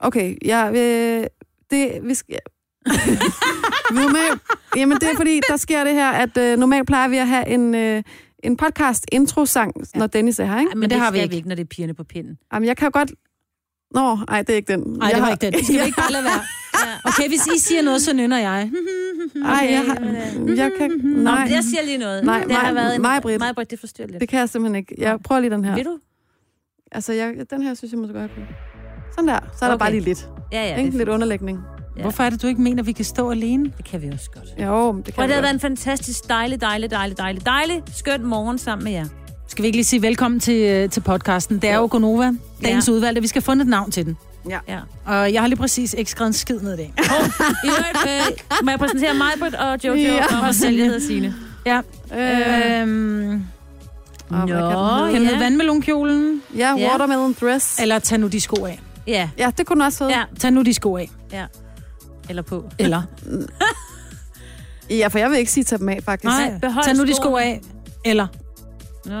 Okay, ja, øh, det, vi skal... vi er med. Jamen, det er fordi, der sker det her, at øh, normalt plejer vi at have en, øh, en podcast-intro-sang, ja. når Dennis er her, ikke? Ej, men, men det, det har vi ikke. vi ikke, når det er pigerne på pinden. Jamen, jeg kan jo godt... Nå, nej, det er ikke den. Nej, jeg det var ikke den. Det skal vi ikke bare lade være. Okay, hvis I siger noget, så nynner jeg. Hmm. Nej, okay, jeg, har, jeg kan... Nej, Mm-hmm. Nå, jeg siger lige noget. Nej, det har mig- været en... mig, Britt. Mig, Britt, det forstyrrer lidt. det kan jeg simpelthen ikke. Jeg prøver lige den her. Vil du? Altså, jeg, den her synes jeg måske godt, jeg kan. Sådan der. Så er der Okay. bare lige lidt. Ja, ja, Ja, det, ikke? Lidt underlægning. Ja. Hvorfor er det, du ikke mener, at vi kan stå alene? det kan vi også godt. Jo, men det kan Og det jeg har været godt. en fantastisk dejlig, dejlig, dejlig, dejlig, dejlig, skøn morgen sammen med jer. Skal vi ikke lige sige velkommen til, øh, til podcasten? Det er jo Gonova, dagens ja. udvalgte. Vi skal have fundet et navn til den. Ja. Og jeg har lige præcis ikke skrevet en skid ned i dag. Og i øvrigt, øh, må jeg præsentere mig, Britt, og Jojo, Ja. og mig selv, jeg hedder Signe. Ja. Øh, Øhm, åh, hvad kan den Nå, hedde? kan den ja. hedde vandmelonkjolen? Ja, Ja. watermelon dress. Eller tag nu de sko af. Ja, Ja, det kunne den også hedde. ja, Tag nu de sko af. ja. Eller på. Eller? Ja, for jeg vil ikke sige tage dem af, faktisk. Nej, behold tag nu de sko skoene. af. Eller? Det Nå.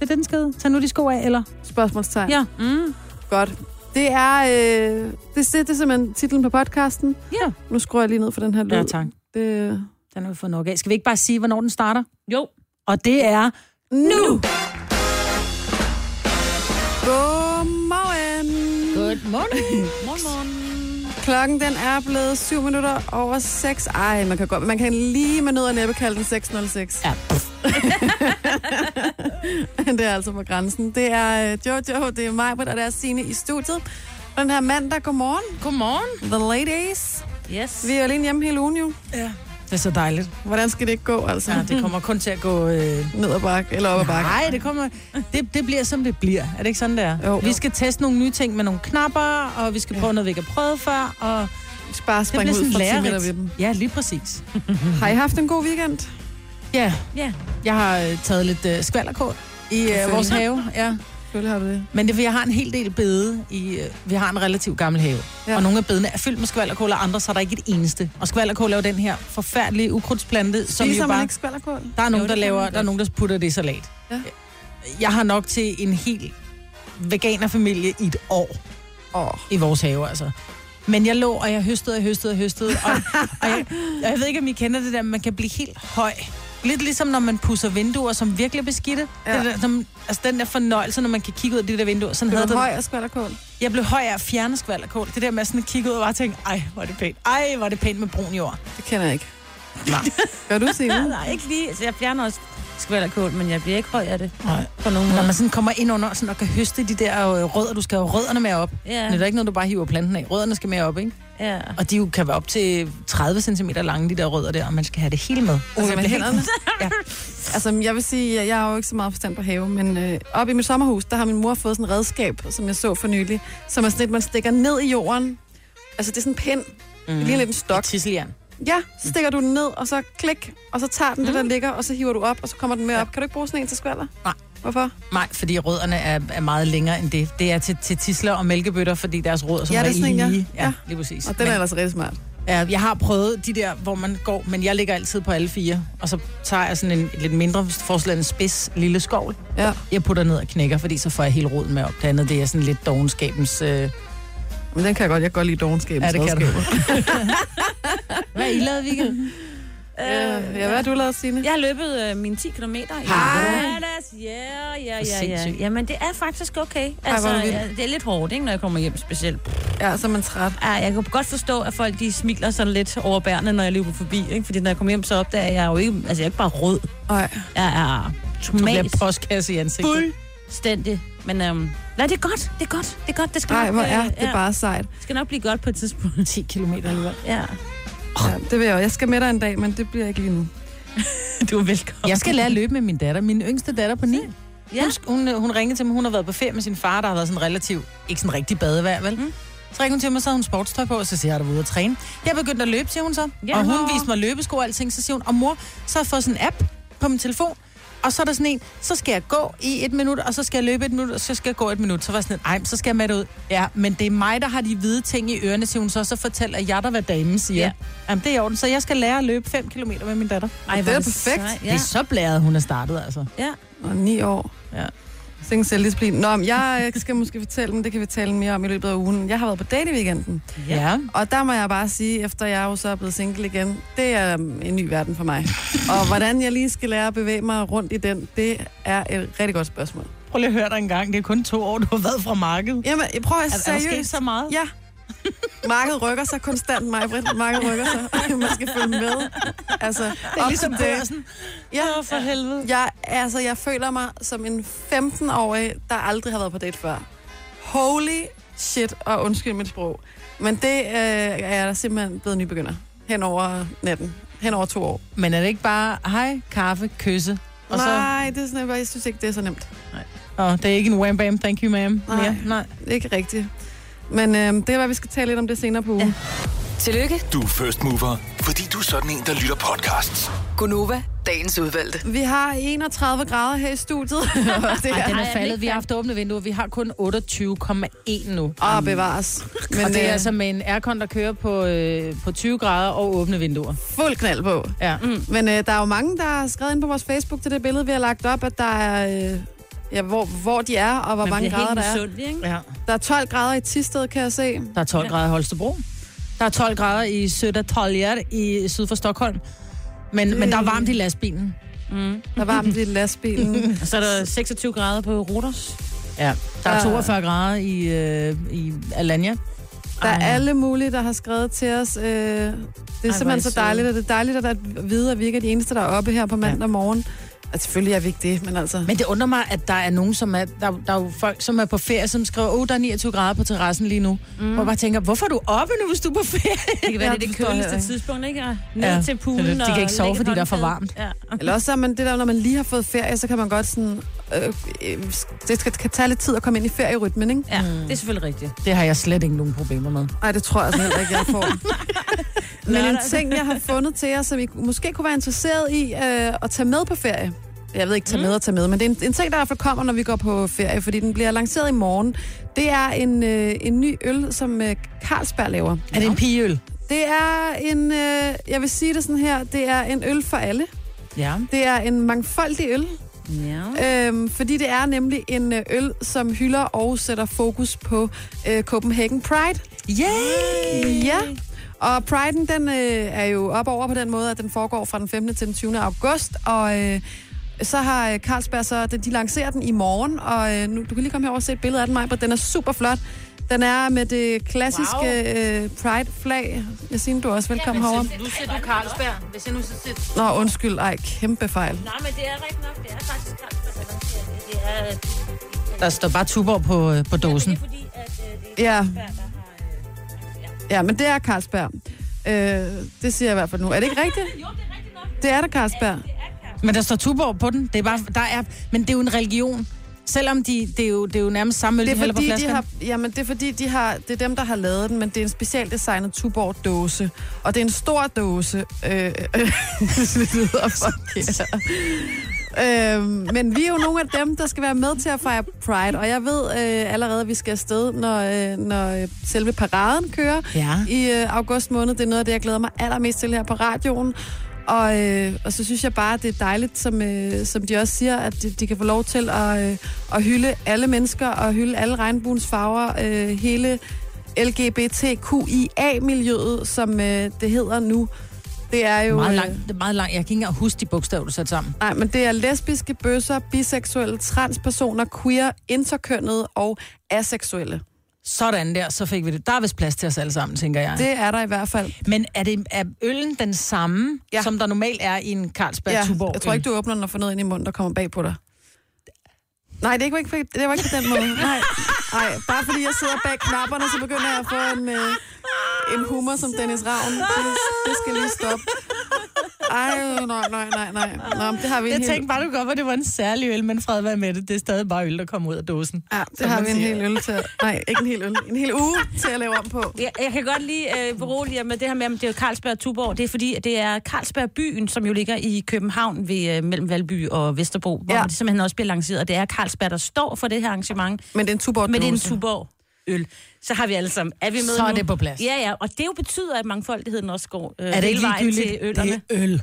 er det, den skede. Tag nu de sko af, eller? Spørgsmålstegn. Ja. Mm. Godt. Det er, øh, det, det, det er simpelthen titlen på podcasten. Ja. Nu skruer jeg lige ned for den her lyd. Ja, tak. Det... Den har vi fået nok af. Skal vi ikke bare sige, hvornår den starter? Jo. Og det er... Nu! Godmorgen! Good morning. Morgen, morgen. Klokken den er blevet 7 minutter over 6. Ej, man kan, godt, man kan lige med nød og næppe kalde den 606. Ja. det er altså på grænsen. Det er øh, Jojo, det er mig, og det er Signe i studiet. Og den her mandag, godmorgen. Godmorgen. The ladies. Yes. Vi er jo alene hjemme hele ugen jo. Ja. Det er så dejligt. Hvordan skal det ikke gå, altså? Ja, det kommer kun til at gå... Øh... Ned ad bakke, eller op ad bakke. Nej, det kommer... Det, det bliver, som det bliver. Er det ikke sådan, det er? Jo. Vi skal teste nogle nye ting med nogle knapper, og vi skal prøve noget, vi ikke har prøvet før, og... Vi skal bare Det springe bliver ud sådan fra 10 meter lærerigt. ved dem. Ja, lige præcis. Har I haft en god weekend? Ja, Ja. jeg har øh, taget lidt øh, skvalderkål i øh, vores have. Ja. Selvfølgelig har du det. Men det er, fordi jeg har en hel del bede. I, øh, vi har en relativt gammel have. Ja. Ja. Og nogle af bedene er fyldt med skvalderkål, og andre så er der ikke et eneste. Og skvalderkål er jo den her forfærdelige ukrudtsplante, som Spiser jo Ligesom man bare... ikke skvalderkål? Der er nogen, Jo, det der kan man laver, godt. der er nogen, der putter det i salat. Ja. Jeg har nok til en hel veganerfamilie i et år Åh, i vores have, altså. Men jeg lå, og jeg høstede, og høstede, og høstede. Og, og, jeg, og jeg ved ikke, om I kender det der, men man kan blive helt høj. Lidt ligesom når man pudser vinduer, som virkelig er beskidte. Ja. Ja. Det der, som, altså den der fornøjelse, når man kan kigge ud af de der vinduer. Sådan bliver havde du det. høj af skvalderkål? Jeg blev høj af at fjerne skvalderkål. Det der med sådan at kigge ud og bare tænke, ej, hvor er det pænt. Ej, hvor er det pænt med brun jord. Det kender jeg ikke. Nej. Gør du, Signe? Nej, ikke lige. Så jeg fjerner også skvalderkål, men jeg bliver ikke høj af det. Nej. På nogen Når måde. man sådan kommer ind under sådan og kan høste de der øh, rødder, du skal have rødderne med op. Ja, Ja. Det er da ikke noget, du bare hiver planten af. Rødderne skal med op, ikke? ja. Og de jo kan være op til 30 cm lange, de der rødder der, og man skal have det hele med. Altså med det hænderne? Ja. Altså, jeg vil sige, at jeg har jo ikke så meget forstand på have, men øh, oppe i mit sommerhus, der har min mor fået sådan et redskab, som jeg så for nylig, som er sådan et, man stikker ned i jorden. Altså, det er sådan en pind. Mm. Det ligner lidt en stok. Tisseljern. Ja, så stikker du den ned, og så klik, og så tager den det, der ligger, og så hiver du op, og så kommer den med op. Kan du ikke bruge sådan en til skvalder? Nej. Hvorfor? Nej, fordi rødderne er, er meget længere end det. Det er til, til tisler og mælkebøtter, fordi deres rødder som Ja, det er sådan en, ja. lige... Ja. Ja. ja, lige præcis. Og den er ellers rigtig smart. Men, øh, jeg har prøvet de der, hvor man går, men jeg ligger altid på alle fire. Og så tager jeg sådan en et lidt mindre, forslag en spids lille skovl. Ja. Jeg putter ned og knækker, fordi så får jeg hele roden med op. Det andet, det er sådan lidt dogenskabens... Øh, Men den kan jeg godt. Jeg kan godt lide dogenskabens Ja, det kan du. redskaber. Hvad har I lavet i weekenden? Øh, ja, hvad har du lavet, Signe? Jeg har løbet øh, mine 10 km i lørdags. Ja, ja, ja, ja. sindssygt. Jamen, det er faktisk okay. hvor Altså, er du vild. ja, det er lidt hårdt, ikke, når jeg kommer hjem specielt. Ja, så er man træt. Ja, jeg kan godt forstå, at folk de smiler sådan lidt overbærende, når jeg løber forbi. Ikke? Fordi når jeg kommer hjem, så opdager jeg jo ikke... Altså, jeg er ikke bare rød. Ej. Jeg er Du bliver tomat. postkasse i ansigtet. Fuldstændig. Men øhm, nej, det er godt. Det er godt. Det er godt. Det skal, Nej, nok, hvor øh, er det ja, bare sejt. det skal nok blive godt på et tidspunkt. 10 km alligevel. Ja. Ja, det vil jeg også. Jeg skal med dig en dag, men det bliver ikke lige nu. Du er velkommen. Jeg skal lære at løbe med min datter. Min yngste datter på 9. Ja. Hun, hun, øh, hun ringede til mig, hun har været på ferie med sin far, der har været sådan relativt, ikke sådan rigtig badevejr, vel? Mm. Mm. Så ringede hun til mig, så havde hun sportstøj på, og så siger jeg, er du ude at træne? Jeg begyndte at løbe, siger hun så. Ja. Ja. Og hun viste mig løbesko og alting, så siger hun, og mor, så har jeg fået sådan en app på min telefon, og så er der sådan en, så skal jeg gå i et minut, og så skal jeg løbe et minut, og så skal jeg gå et minut. Så var jeg sådan, ej, men så skal jeg med det ud. Ja, men det er mig, der har de hvide ting i ørerne, siger hun så, så fortæller jeg dig, hvad damen siger. Ja. Ja. Jamen, det er i orden, så jeg skal lære at løbe 5 km med min datter. Ej, Det hvor er sejt. perfekt. Ja. Det Ja. er så blæret, hun er startet, altså. ja. Og ni år. Ja. Sænke selvdisciplin. Nå, men jeg øh, skal måske fortælle, men det kan vi tale mere om i løbet af ugen. Jeg har været på date i weekenden, Ja. og der må jeg bare sige, efter jeg jo så er blevet single igen, det er øhm, en ny verden for mig. Og hvordan jeg lige skal lære at bevæge mig rundt i den, det er et rigtig godt spørgsmål. Prøv lige at høre dig en gang. Det er kun to år, du har været fra markedet. Jamen, jeg prøver at Er, er der sket seriøst. så meget? Ja. Markedet rykker sig konstant, mig, Britt. Markedet rykker sig. Man skal følge med. Altså, Det er ligesom det. børsen. Ja, Åh, for helvede. jeg, altså, jeg føler mig som en 15-årig, der aldrig har været på date før. Holy shit, og undskyld mit sprog. Men det øh, er jeg simpelthen blevet nybegynder. Hen over natten. Hen over to år. Men er det ikke bare, hej, kaffe, kysse? Og Og så, Nej, det er sådan, jeg, bare- jeg synes ikke, det er så nemt. åh, det er ikke en wham bam, thank you ma'am. Nej. mere. nej. Ikke rigtigt. Men øh, det er, hvad vi skal tale lidt om det senere på ugen. Ja. Tillykke, Du er first mover, fordi du er sådan en, der lytter podcasts. Gunova, dagens udvalgte. Vi har 31 grader her i studiet. og det Ej, er... den Ej, er er den ikke faldet. Vi har haft åbne vinduer. Vi har kun 28,1 nu. Åh, oh, bevares. Men Og det er øh, altså med en aircon, der kører på, øh, på 20 grader og åbne vinduer. fuld knald på. Ja. Mm. Men øh, der er jo mange, der har skrevet ind på vores Facebook til det billede, vi har lagt op, at der er... Øh, ja, hvor, hvor de er, og hvor Man mange bliver grader helt der er. misundelig, ikke? ja. Der er 12 grader i Tisted, kan jeg se. Der er 12 grader i Holstebro. Der er 12 grader i Södertälje i syd for Stockholm. Men, men der er varmt i lastbilen. Der er varmt i lastbilen. Og så er der 26 grader på Rodos. Ja. Der er Ja. 42 grader i, øh, i Alanya. Der er Ej. alle mulige, der har skrevet til os. Øh, det er Ej, hvor er I simpelthen så søde. dejligt, og det er dejligt at vide, at vi ikke er de eneste, der er oppe her på mandag morgen. Og selvfølgelig er vi ikke det, men altså... Men det undrer mig, at der er nogen, som er... Der, der er jo folk, som er på ferie, som skriver, åh, oh, der er 29 grader på terrassen lige nu. Mm. Hvor jeg bare tænker, hvorfor er du oppe nu, hvis du er på ferie? Det kan være, Ja, det er det forstår jeg køligste ikke. tidspunkt, ikke? Og Ned Ja. ja. til poolen Det er det. De kan og ikke sove, lægge et fordi der er for håndklæde. varmt. Ja. Eller også så er man det der, når man lige har fået ferie, så kan man godt sådan... Øh, øh, det skal, kan tage lidt tid at komme ind i ferierytmen, ikke? ja, Mm. det er selvfølgelig rigtigt. Det har jeg slet ikke nogen problemer med. Nej, det tror jeg altså heller ikke, jeg får. Men en Lørdag. ting, jeg har fundet til jer, som I måske kunne være interesseret i øh, at tage med på ferie. Jeg ved ikke, Mm. tage med og tage med, men det er en, en ting, der i hvert fald kommer, når vi går på ferie, fordi den bliver lanceret i morgen. Det er en, øh, en ny øl, som øh, Carlsberg laver. Er det en pigeøl? Det er en, øh, jeg vil sige det sådan her, det er en øl for alle. Ja. Det er en mangfoldig øl, Ja. Øhm, fordi det er nemlig en øh, øl, som hylder og sætter fokus på øh, Copenhagen Pride. Yay! Ja. Og Pride'en, den øh, er jo op over på den måde, at den foregår fra den 15. til den 20. august, og øh, så har øh, Carlsberg så, de, de lancerer den i morgen, og øh, nu, du kan lige komme herover og se et billede af den, Maja, den er super flot. Den er med det klassiske wow. øh, Pride-flag. Jeg siger, du er også velkommen herover. Nu siger du Carlsberg. Hvis jeg nu så siger... Nå, undskyld, ej, kæmpe fejl. Nej, men det er rigtigt nok. Det er faktisk Carlsberg, der lancerer det. Det er, Der står bare Tuborg på, øh, på dåsen. fordi, at det Ja, der har... øh, ja men det er Carlsberg. Øh, det siger jeg i hvert fald nu. Er det ikke rigtigt? Jo, det er rigtigt nok. Det er det, Carlsberg. Men der står Tuborg på den. Det er bare, der er, men det er jo en religion. Selvom de, det, er jo, det er jo nærmest samme øl, Det de er, hælder på fordi, de flaskerne. har, jamen, det er fordi, de har, det er dem, der har lavet den, men det er en specialdesignet Tuborg-dåse. Og det er en stor dåse. Øh, øh, det lyder forkert. Øh, men vi er jo nogle af dem, der skal være med til at fejre Pride, og jeg ved øh, allerede, at vi skal afsted, når, øh, når øh, selve paraden kører Ja. i øh, august måned. Det er noget af det, jeg glæder mig allermest til her på radioen. Og, øh, og så synes jeg bare, at det er dejligt, som, øh, som de også siger, at de, de kan få lov til at, øh, at hylde alle mennesker og hylde alle regnbuens farver, øh, hele LGBTQIA-miljøet, som øh, det hedder nu. Det er jo... Meget øh, langt, det er meget langt. Jeg kan ikke engang huske de bogstaver, du satte sammen. Nej, men det er lesbiske, bøsser, biseksuelle, transpersoner, queer, interkønnede og aseksuelle. Sådan der, så fik vi det. Der er vist plads til os alle sammen, tænker jeg. Det... Det er der i hvert fald. Men er, det, er øllen den samme, ja. Ja. som der normalt er i en Carlsberg ja. Tuborg? jeg tror ikke, du åbner den og får noget ind i munden, der kommer bag på dig. Nej, det er ikke, det var ikke på den måde. Nej, nej, bare fordi jeg sidder bag knapperne, så begynder jeg at få en, øh, en humor som Dennis Ravn. Det, det skal lige stoppe. Ej, nej, nej, nej, nej. Nå, men det har vi en Jeg hel- tænkte bare, du godt, at det var en særlig øl, men fred være med det. Det er stadig bare øl, der kommer ud af dåsen. Ja, som det har man vi en siger. hel øl til. Nej, ikke en hel øl. En hel uge til at lave om på. Jeg, jeg kan godt lige øh, berolige jer med det her med, om det er Carlsberg og Tuborg. Det er fordi, at det er Carlsberg byen, som jo ligger i København ved, øh, mellem Valby og Vesterbro, hvor Ja. ja. det simpelthen også bliver lanceret. Og det er Carlsberg, der står for det her arrangement. Men det er en tuborg Men det er en Tuborg øl. Så har vi alle sammen. Er vi med Så er nu? det på plads. Ja, ja. Og det jo betyder, at mangfoldigheden også går øh, Er det hele ikke vejen til ligegyldigt? øllerne. Det er øl.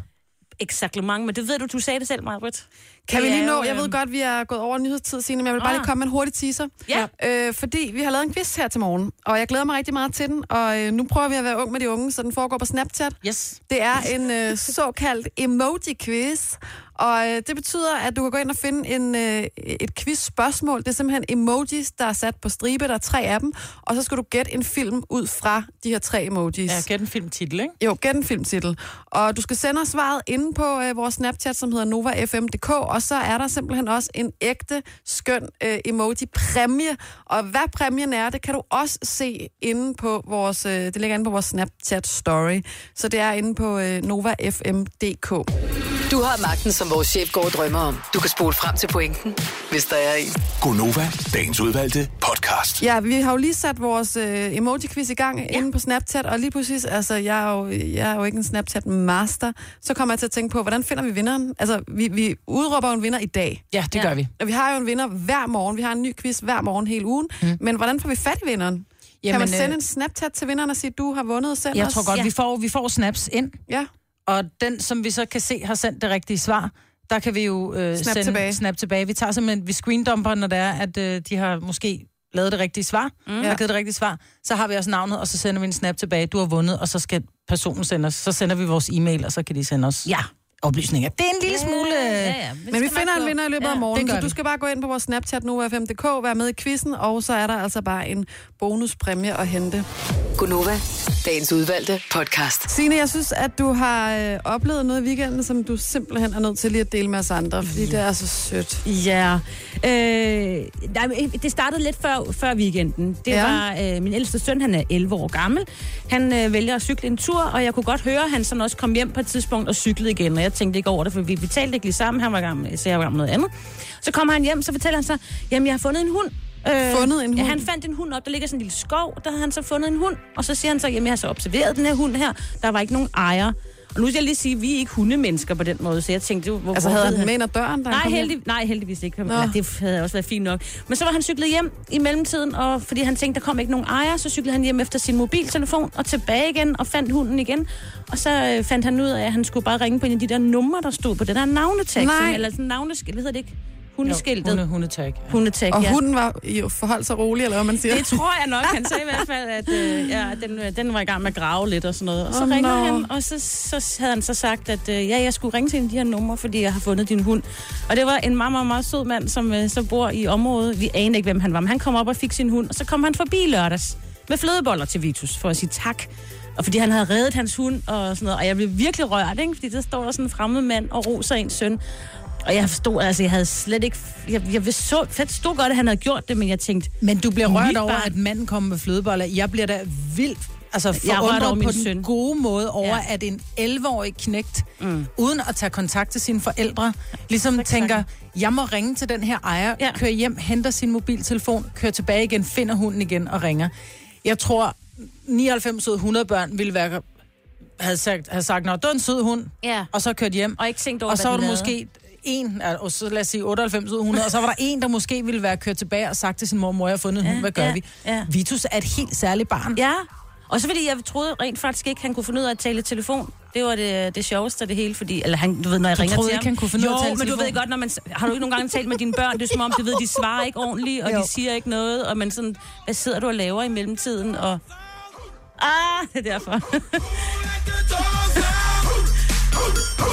Exakt mange, men det ved du, du sagde det selv, Marvitt. Kan vi Det lige er nå? jo, Jeg ved øhm, godt, vi er gået over nyhedstid, Signe, men jeg vil bare Ah. lige komme med en hurtig teaser. Ja. Øh, fordi vi har lavet en quiz her til morgen, og jeg glæder mig rigtig meget til den. Og øh, nu prøver vi at være ung med de unge, så den foregår på Snapchat. Yes. Det er en øh, såkaldt emoji-quiz, og øh, det betyder, at du kan gå ind og finde en, øh, et quiz-spørgsmål. Det er simpelthen emojis, der er sat på stribe, der er tre af dem, og så skal du gætte en film ud fra de her tre emojis. Ja, gæt en filmtitel, ikke? Jo, gæt en filmtitel. Og du skal sende os svaret inde på øh, vores Snapchat, som hedder NovaFM.dk, og så er der simpelthen også en ægte, skøn øh, emoji-præmie. Og hvad præmien er, det kan du også se inde på vores, øh, det ligger inde på vores Snapchat-story. Så det er inde på øh, NovaFM.dk. Du har magten, som vores chef går og drømmer om. Du kan spole frem til pointen, hvis der er en. Gonova, dagens udvalgte podcast. Ja, vi har jo lige sat vores øh, emoji-quiz i gang ja. inde på Snapchat, og lige pludselig, altså, jeg er, jo, jeg er jo ikke en Snapchat-master, så kommer jeg til at tænke på, hvordan finder vi vinderen? Altså, vi, vi udråber jo en vinder i dag. Ja, det Ja. gør vi. Og vi har jo en vinder hver morgen. Vi har en ny quiz hver morgen hele ugen. Mm. Men hvordan får vi fat i vinderen? Jamen, kan man Jamen, sende øh, en Snapchat til vinderen og sige, du har vundet selv Jeg tror godt, Ja. ja. vi, får, vi får snaps ind, Ja. og den, som vi så kan se, har sendt det rigtige svar. Der kan vi jo øh, Snap sende tilbage. snap tilbage. Vi tager simpelthen, vi screendumper, når det er, at øh, de har måske lavet det rigtige svar, mm. har givet det rigtige svar. Så har vi også navnet, og så sender vi en snap tilbage. Du har vundet, og så skal personen sende os. Så sender vi vores e-mail, og så kan de sende os Ja. oplysninger. Det er en lille smule... Ja, ja. Men vi finder en vinder i løbet af morgenen, det gør så du vi. skal bare gå ind på vores Snapchat nu af 5.dk, være med i quizzen, og så er der altså bare en bonuspræmie at hente. Gunova, dagens udvalgte podcast. Signe, jeg synes, at du har øh, oplevet noget i weekenden, som du simpelthen er nødt til lige at dele med os andre, fordi det er så sødt. Altså, Ja. Øh, nej, men det startede lidt før, før weekenden. Det Ja. ja. var øh, min ældste søn, han er 11 år gammel. Han øh, vælger at cykle en tur, og jeg kunne godt høre, at han sådan også kom hjem på et tidspunkt og cyklede igen. Og jeg tænkte ikke over det, for vi, vi talte ikke lige sammen. Han var gammel, så jeg var gammel noget andet. Så kommer han hjem, så fortæller han så, jamen jeg har fundet en hund. Øh, Fundet en Ja, hund? han fandt en hund op. Der ligger sådan en lille skov, der havde han så fundet en hund. Og så siger han så, jamen jeg har så observeret den her hund her. Der var ikke nogen ejer. Og nu skal jeg lige sige, at vi er ikke hundemennesker på den måde, så jeg tænkte, hvor, Altså hvor havde ved han den med ind ad døren, da han Nej, kom hjem? heldig, nej, heldigvis ikke. Nej, det havde også været fint nok. Men så var han cyklet hjem i mellemtiden, og fordi han tænkte, der kom ikke nogen ejer, så cyklede han hjem efter sin mobiltelefon og tilbage igen og fandt hunden igen. Og så øh, fandt han ud af, at han skulle bare ringe på en af de der numre, der stod på den der navnetag. Nej. Eller sådan navneskilt, hvad hedder det ikke? Jo, Hundeskiltet. hunde, hundetag. Ja. Hundetag, Og ja. hunden var jo forholdt sig rolig, eller hvad man siger. Det tror jeg nok. Han sagde i hvert fald, at øh, ja, den, øh, den var i gang med at grave lidt og sådan noget. Og så Åh, oh, ringer nå. no. han, og så, så havde han så sagt, at øh, ja, jeg skulle ringe til en af de her numre, fordi jeg har fundet din hund. Og det var en meget, meget, meget sød mand, som øh, så bor i området. Vi aner ikke, hvem han var, men han kom op og fik sin hund, og så kom han forbi lørdags med flødeboller til Vitus for at sige tak. Og fordi han havde reddet hans hund og sådan noget. Og jeg blev virkelig rørt, ikke? fordi der står der sådan en fremmed mand og roser ens søn. Og jeg forstod, altså jeg havde slet ikke... Jeg, jeg så, forstod godt, at han havde gjort det, men jeg tænkte, Men du bliver rørt Mit over, barn. at manden kommer med flødeboller. Jeg bliver da vildt altså er rørt over forundret min på den søn. gode måde over, Ja. ja. at en 11-årig knægt, mm. uden at tage kontakt til sine forældre, ligesom tænker, jeg må ringe til den her ejer, Ja. ja. kører hjem, henter sin mobiltelefon, kører tilbage igen, finder hunden igen og ringer. Jeg tror, 99 ud af 100 børn ville være, havde sagt, havde sagt, nå, det var en sød hund, Ja. og så kørt hjem. Og ikke tænkt over, Og så hvad var den der lavede. måske en, og så lad os sige 98 ud af 100, og så var der en, der måske ville være kørt tilbage og sagt til sin mor, mor, jeg har fundet en hund, hvad gør ja, vi? ja. Vitus er et helt særligt barn. Ja, og så fordi jeg troede rent faktisk ikke, han kunne finde ud af at tale i telefon. Det var det, det sjoveste af det hele, fordi... Eller han, du ved, når jeg Du ringer troede til ikke, ham. han kunne finde ud af at tale Jo, i men du ved telefon? godt, når man... s- Har du ikke nogen gange talt med dine børn? Det er som om, du ved, de svarer ikke ordentligt, og jo. Jo. de siger ikke noget, og man sådan... Hvad sidder du og laver i mellemtiden? Og... Ah, det er derfor.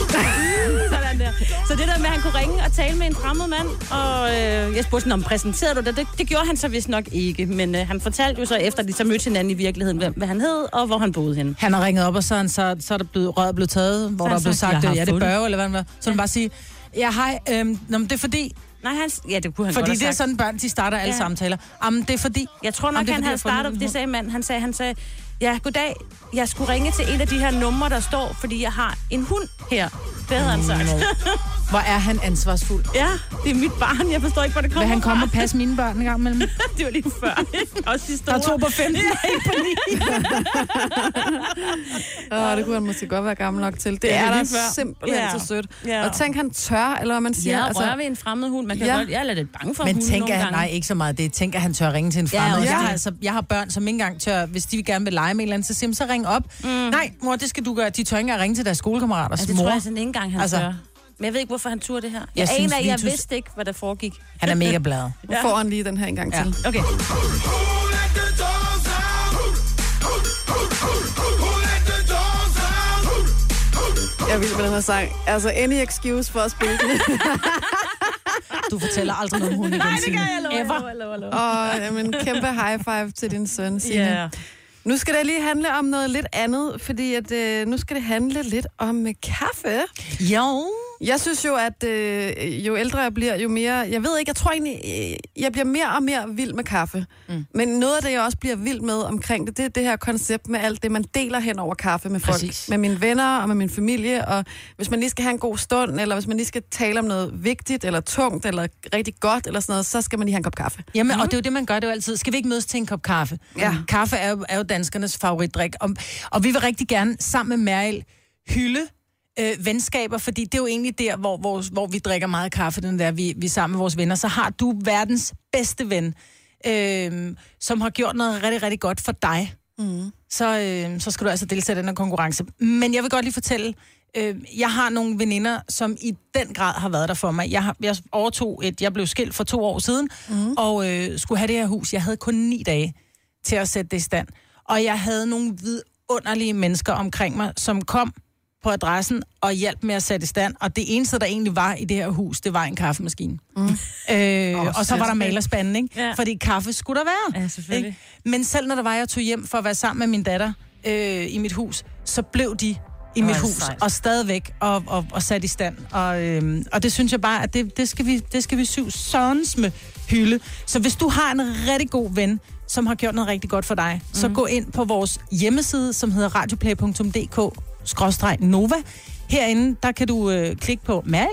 Sådan der. Så det der med, at han kunne ringe og tale med en fremmed mand, og øh, jeg spurgte sådan, om præsenterede du dig? Det, det gjorde han så vist nok ikke, men øh, han fortalte jo så, efter de så mødte hinanden i virkeligheden, hvem, hvad han hed og hvor han boede henne. Han har ringet op, og så, er han, så, så er der blevet, røret blevet taget, hvor der Så har er han blevet sagt, sagt, "Jeg har ja, det fundet." bør eller hvad man Så han bare sige, ja, hej, øhm, nå, men det er fordi, Nej, han, ja, det kunne han fordi godt det have er sagt. sådan, børn, de starter alle Ja. samtaler. Jamen, det er fordi... Jeg tror Jamen, nok, det er han fordi, havde jeg har fundet startet, en det hund. sagde manden, han sagde, han sagde, ja, goddag, jeg skulle ringe til en af de her numre, der står, fordi jeg har en hund her. Det havde han sagt. Hvor er han ansvarsfuld? Ja, det er mit barn, jeg forstår ikke, hvor det kommer Vil han komme og fra. passe mine børn en gang imellem? det var lige før. Også de Der store. er to på 15. Åh, det kunne han måske godt være gammel nok til. Det Ja, er det er da lige før. simpelthen Ja. så sødt. Ja. Og tænk, han tør, eller hvad man siger. Ja, altså, rører ved en fremmed hund. Man kan Ja. ja. godt, jeg er lidt bange for Men hunde tænker nogle han, gange. nej, ikke så meget det. Tænker han tør ringe til en Ja, fremmed. også Ja, jeg, har det. altså, jeg har børn, som ikke engang tør, hvis de vil gerne vil lege med et eller andet, så siger de, så ring op. Mm. Nej, mor, det skal du gøre. De tør ikke engang ringe til deres skolekammerater. Ja, Ja, det tror mor. jeg sådan ikke engang, han altså, Altså, tør. Men jeg ved ikke, hvorfor han turde det her. Jeg, Jeg jeg synes, aner, jeg Vitus- vidste ikke, hvad der foregik. Mm. Han er mega blad. Nu får han lige den her en gang til. Okay. Jeg vil med den her sang. Altså, any excuse for at spille den. Du fortæller aldrig noget om hunden igen, Signe. Ever. Og jamen, kæmpe high five til din søn, Signe. Ja. Nu skal det lige handle om noget lidt andet, fordi at, øh, nu skal det handle lidt om øh, kaffe. Jo. Jeg synes jo, at øh, jo ældre jeg bliver, jo mere... Jeg ved ikke, jeg tror egentlig, øh, jeg bliver mere og mere vild med kaffe. Mm. Men noget af det, jeg også bliver vild med omkring det, det er det her koncept med alt det, man deler hen over kaffe med folk. Præcis. Med mine venner og med min familie. Og hvis man lige skal have en god stund, eller hvis man lige skal tale om noget vigtigt, eller tungt, eller rigtig godt, eller sådan noget, så skal man lige have en kop kaffe. Jamen, mm-hmm. og det er jo det, man gør det er jo altid. Skal vi ikke mødes til en kop kaffe? Ja. Kaffe er jo, er jo danskernes favoritdrik. Og, og vi vil rigtig gerne sammen med Meryl hylde øh, venskaber, fordi det er jo egentlig der, hvor, hvor, hvor vi drikker meget kaffe, den der, vi, vi er sammen med vores venner. Så har du verdens bedste ven, øh, som har gjort noget rigtig, rigtig godt for dig. Mm. Så, øh, så skal du altså deltage i den her konkurrence. Men jeg vil godt lige fortælle, øh, jeg har nogle veninder, som i den grad har været der for mig. Jeg, har, jeg overtog et, jeg blev skilt for to år siden, mm. og øh, skulle have det her hus. Jeg havde kun ni dage til at sætte det i stand. Og jeg havde nogle vidunderlige mennesker omkring mig, som kom på adressen og hjalp med at sætte i stand. Og det eneste, der egentlig var i det her hus, det var en kaffemaskine. Mm. Øh, oh, og så var der malerspanden, ikke? Ja. Ja. Fordi kaffe skulle der være. Ja, selvfølgelig. Ikke? Men selv når der var, jeg tog hjem for at være sammen med min datter øh, i mit hus, så blev de i mit det hus, sejt. og stadigvæk, og, og, og sat i stand. Og, øhm, og det synes jeg bare, at det, det skal vi, det skal vi syv sørens med hylde. Så hvis du har en rigtig god ven, som har gjort noget rigtig godt for dig, mm. så gå ind på vores hjemmeside, som hedder radioplay.dk-nova. Herinde, der kan du øh, klikke på Mal,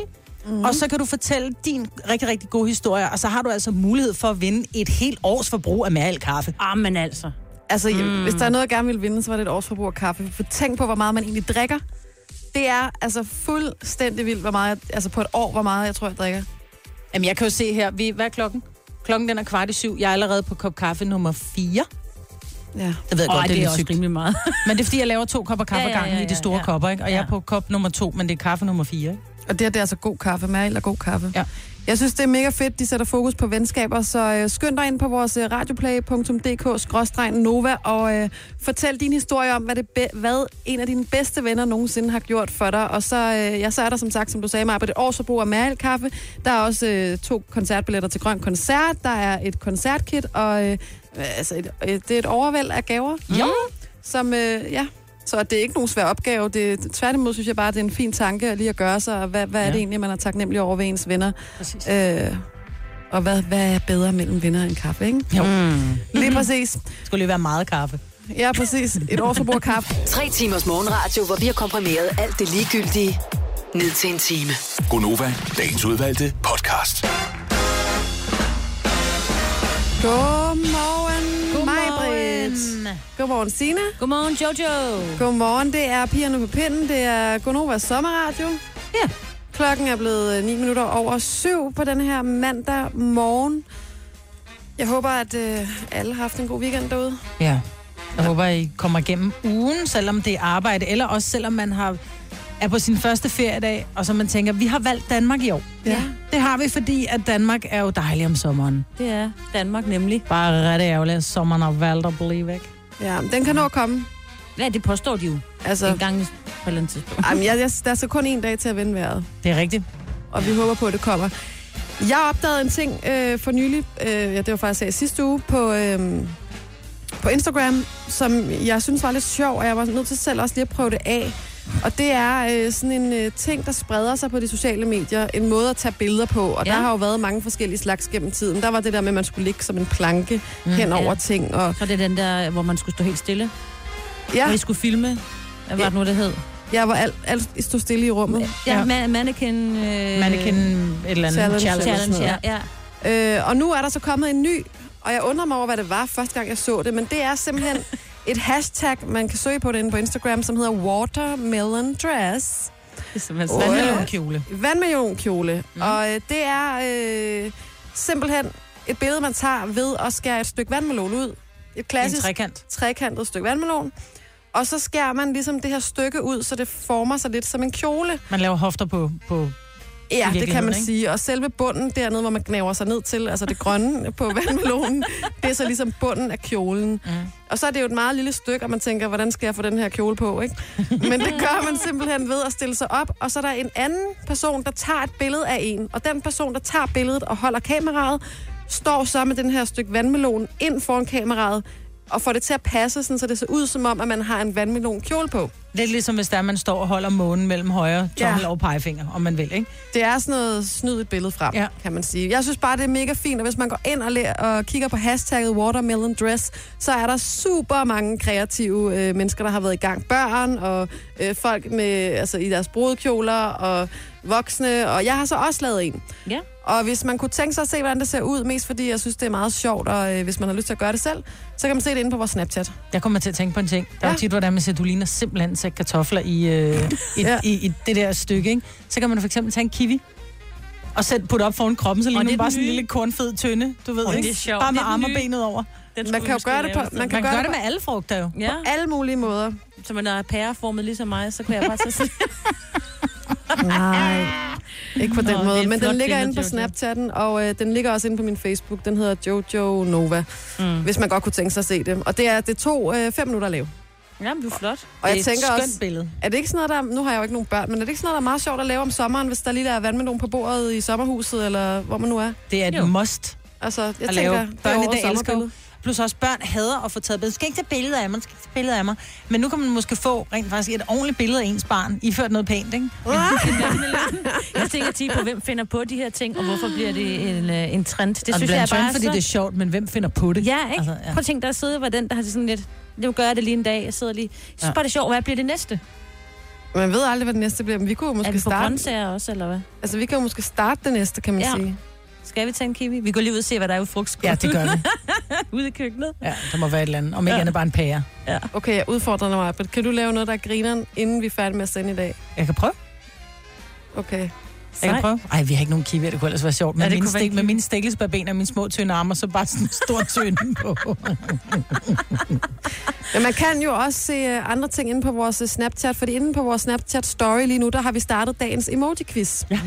Mm. Og så kan du fortælle din rigtig, rigtig gode historie, og så har du altså mulighed for at vinde et helt års forbrug af mal kaffe. Ah, men altså. Altså, mm. hvis der er noget, jeg gerne ville vinde, så var det et årsforbrug af kaffe. For tænk på, hvor meget man egentlig drikker. Det er altså fuldstændig vildt, hvor meget, jeg, altså på et år, hvor meget jeg tror, jeg drikker. Jamen, jeg kan jo se her, vi, hvad er klokken? Klokken den er kvart i syv. Jeg er allerede på kop kaffe nummer 4. Ja. Det ved jeg Åh, godt, det er, lidt også sygt. rimelig meget. Men det er, fordi jeg laver to kopper kaffe ja, ja, ja, gangen i de store ja. ja. kopper, ikke? Og jeg Ja. er på kop nummer to, men det er kaffe nummer 4. Og det her, det er altså god kaffe. Mal er god kaffe. Ja. Jeg synes, det er mega fedt, de sætter fokus på venskaber, så øh, skynd dig ind på vores øh, radioplay.dk-nova og øh, fortæl din historie om, hvad, det be- hvad en af dine bedste venner nogensinde har gjort for dig. Og så, øh, ja, så er der som sagt, som du sagde, mig på det årsforbrug af Mal-kaffe. Der er også øh, to koncertbilletter til Grøn Koncert, der er et koncertkit, og øh, altså et, øh, det er et overvæld af gaver. Ja. Som, øh, ja. Så det er ikke nogen svær opgave. Det, tværtimod synes jeg bare, det er en fin tanke lige at gøre sig. Og hvad, hvad ja. er Ja. det egentlig, man er taknemmelig over ved ens venner? Præcis. Øh, og hvad, hvad er bedre mellem venner end kaffe, ikke? Jo, mm. Lige præcis. det skulle lige være meget kaffe. Ja, præcis. Et årsforbrug af kaffe. Tre timers morgenradio, hvor vi har komprimeret alt det ligegyldige ned til en time. Gonova, dagens udvalgte podcast. Godmorgen, Godmorgen. Godmorgen, Signe. Godmorgen, Jojo. Godmorgen, det er pigerne på pinden. Det er Gonovas sommerradio. Ja. Klokken er blevet 9 minutter over syv på den her mandag morgen. Jeg håber, at øh, alle har haft en god weekend derude. Ja. Jeg håber, I kommer igennem ugen, selvom det er arbejde, eller også selvom man har, er på sin første feriedag, og så man tænker, vi har valgt Danmark i år. Ja. Det har vi, fordi at Danmark er jo dejlig om sommeren. Det er Danmark nemlig. Bare ret ærgerligt, at sommeren har valgt at blive væk. Ja, men den kan nå at komme. Ja, det påstår de jo. Altså, En gang på et eller andet tidspunkt. jamen, jeg, jeg, der er så kun en dag til at vende vejret, Det er rigtigt. og vi håber på, at det kommer. Jeg opdagede en ting øh, for nylig, øh, ja, det var faktisk her i sidste uge, på, øh, på Instagram, som jeg synes var lidt sjov, og jeg var nødt til selv også lige at prøve det af. Og det er øh, sådan en øh, ting, der spreder sig på de sociale medier. En måde at tage billeder på. Og ja. Ja. der har jo været mange forskellige slags gennem tiden. Der var det der med, at man skulle ligge som en planke mm, hen over ja. ting. Og, Så er det den der, hvor man skulle stå helt stille. Ah. Ja. ja, Hvor I skulle filme. Hvad var det nu, det hed? jeg var alt, alt stod stille i rummet. Ja, Ja. ma- mannequin... Øh, Mannequin et eller andet Challenge. challenge. Challenge, Challenge, ja. ja. Øh, og nu er der så kommet en ny, og jeg undrer mig over, hvad det var første gang, jeg så det, men det er simpelthen et hashtag, man kan søge på det inde på Instagram, som hedder Watermelon Dress. Det er simpelthen Åh, ja. sådan. Vandmelonkjole. Vandmelonkjole. Mm. Og øh, det er øh, simpelthen et billede, man tager ved at skære et stykke vandmelon ud. Et En klassisk trekant. trekantet stykke vandmelon. Og så skærer man ligesom det her stykke ud, så det former sig lidt som en kjole. Man laver hofter på, på Ja, det kan i man virkeligheden, ikke? sige. Og selve bunden dernede, hvor man gnaver sig ned til, altså det grønne på vandmelonen, det er så ligesom bunden af kjolen. Mm. Og så er det jo et meget lille stykke, og man tænker, hvordan skal jeg få den her kjole på, ikke? Men det gør man simpelthen ved at stille sig op, og så er der en anden person, der tager et billede af en. Og den person, der tager billedet og holder kameraet, står så med den her stykke vandmelon ind foran kameraet, og får det til at passe, sådan, så det ser ud som om, at man har en vandmelon kjole på. Lidt ligesom hvis der er, man står og holder månen mellem højre tommel Ja. og pegefinger, om man vil, ikke? Det er sådan noget snydet billede frem, Ja. ja. kan man sige. Jeg synes bare, det er mega fint, og hvis man går ind og, læ- og kigger på hashtagget watermelon dress, så er der super mange kreative øh, mennesker, der har været i gang. Børn og øh, folk med, altså, i deres brudekjoler og voksne, og jeg har så også lavet en. Ja. Og hvis man kunne tænke sig at se, hvordan det ser ud, mest fordi jeg synes, det er meget sjovt, og øh, hvis man har lyst til at gøre det selv, så kan man se det inde på vores Snapchat. Der kommer til at tænke på en ting. Der er jo Ja. tit, hvordan man siger, du ligner simpelthen en sæk kartofler i, øh, i, ja. Ja. i, i, det der stykke, ikke? Så kan man for eksempel tage en kiwi og sætte putte op foran kroppen, så ligner det er man bare den sådan en nye. lille kornfed tynde, du ved, Åh, det ikke? er sjovt. Bare Det med er den arme og nye. benet over. Den Man skulle kan jo måske gøre det på- lave sådan. man kan Man gøre kan gøre det det med alle frugter jo. Ja, Alle mulige måder. så man er pæreformet ligesom mig, så kan jeg bare så sige, Nej, ikke på den Nå, det Nå, er måde. et Men flot den ligger billede, inde på Jojo. Snapchatten, og øh, den ligger også inde på min Facebook. Den hedder Jojo Nova, mm. hvis man godt kunne tænke sig at se det. Og det er det tog øh, fem minutter at lave. jamen du er flot. Og jeg det er et tænker skønt også, billede. er det ikke sådan noget, der... Nu har jeg jo ikke nogen børn, men er det ikke sådan noget, der er meget sjovt at lave om sommeren, hvis der lige er vandmelon på bordet i sommerhuset, eller hvor man nu er? Det er et Jo. must Altså, jeg at tænker, lave. Børn i dag elsker jo. sommerbillede. Plus også børn hader at få taget billeder. Du skal ikke tage billeder af mig, du skal ikke tage billeder af mig. Men nu kan man måske få rent faktisk et ordentligt billede af ens barn, iført noget pænt, ikke? Jeg tænker tit på, hvem finder på de her ting, og hvorfor bliver det en, øh, en trend. Det Og synes bliver jeg en trend, bare er fordi så... det er sjovt, men hvem finder på det? Ja, ikke? Altså, Altså, ja. ja. Prøv at tænke dig at sidde og være den, der har det sådan lidt... Nu gør jeg det lige en dag, jeg sidder lige... Jeg synes Ja. ja. bare, det er sjovt. Hvad bliver det næste? Man ved aldrig, hvad det næste bliver, men vi kunne jo er måske det for starte... grøntsager også, eller hvad? Altså, vi kan jo måske starte det næste, kan man Ja. ja. sige. Skal vi tage en kiwi? Vi går lige ud og se, hvad der er i frugtskålen. Ja, det gør det. Ude i køkkenet. Ja, der må være et eller andet. Om ikke Ja. andet bare en pære. Okay, jeg udfordrer dig, Maja. Kan du lave noget, der er grineren, inden vi er færdige med at sende i dag? Jeg kan prøve. Okay. Jeg Sej. kan prøve. Ej, vi har ikke nogen kiwi, det kunne ellers være sjovt. Med, Ja, ja, det mine, kunne være stik, en med kiwi. mine stikkelsbær ben og mine små tynde arme, og så bare sådan en stor tynde på. Men man kan jo også se øh, andre ting inde på vores øh, Snapchat, fordi inde på vores Snapchat-story lige nu, der har vi startet dagens emoji-quiz. Ja.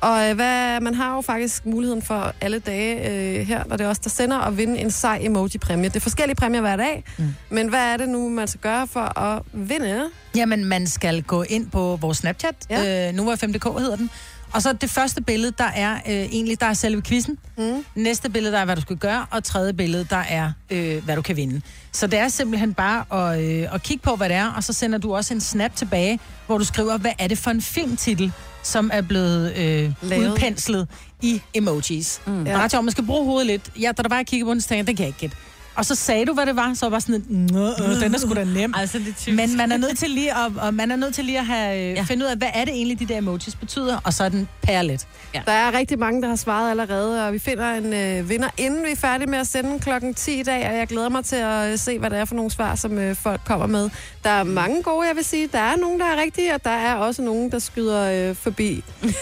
Og øh, hvad, man har jo faktisk muligheden for alle dage øh, her, når det er os, der sender, at vinde en sej emoji-præmie. Det er forskellige præmier hver dag, Mm. mm. men hvad er det nu, man skal gøre for at vinde? Jamen, man skal gå ind på vores Snapchat, ja. Ja. øh, nu er 5.dk hedder den. Og så det første billede, der er øh, egentlig, der er selve quizzen. Mm. Næste billede, der er, hvad du skal gøre. Og tredje billede, der er, øh, hvad du kan vinde. Så det er simpelthen bare at, øh, at kigge på, hvad det er. Og så sender du også en snap tilbage, hvor du skriver, hvad er det for en filmtitel, som er blevet øh, Lavet. udpenslet i emojis. Mm. Ja. Ja. Ret om, man skal bruge hovedet lidt. Ja, da der bare kigger på den, så tænker jeg, det kan jeg ikke gætte. Og så sagde du, hvad det var, så var jeg bare sådan, lidt, "Nå, øh, den er sgu da nem. Altså, det er typisk. Men man er nødt til lige at, og man er nødt til lige at have, Ja. ja. finde ud af, hvad er det egentlig, de der emojis betyder, og så er den pære lidt. Der er rigtig mange, der har svaret allerede, og vi finder en øh, vinder, inden vi er færdige med at sende klokken 10 i dag, og jeg glæder mig til at øh, se, hvad det er for nogle svar, som øh, folk kommer med. Der er mange gode, jeg vil sige. Der er nogen, der er rigtige, og der er også nogen, der skyder øh, forbi. Det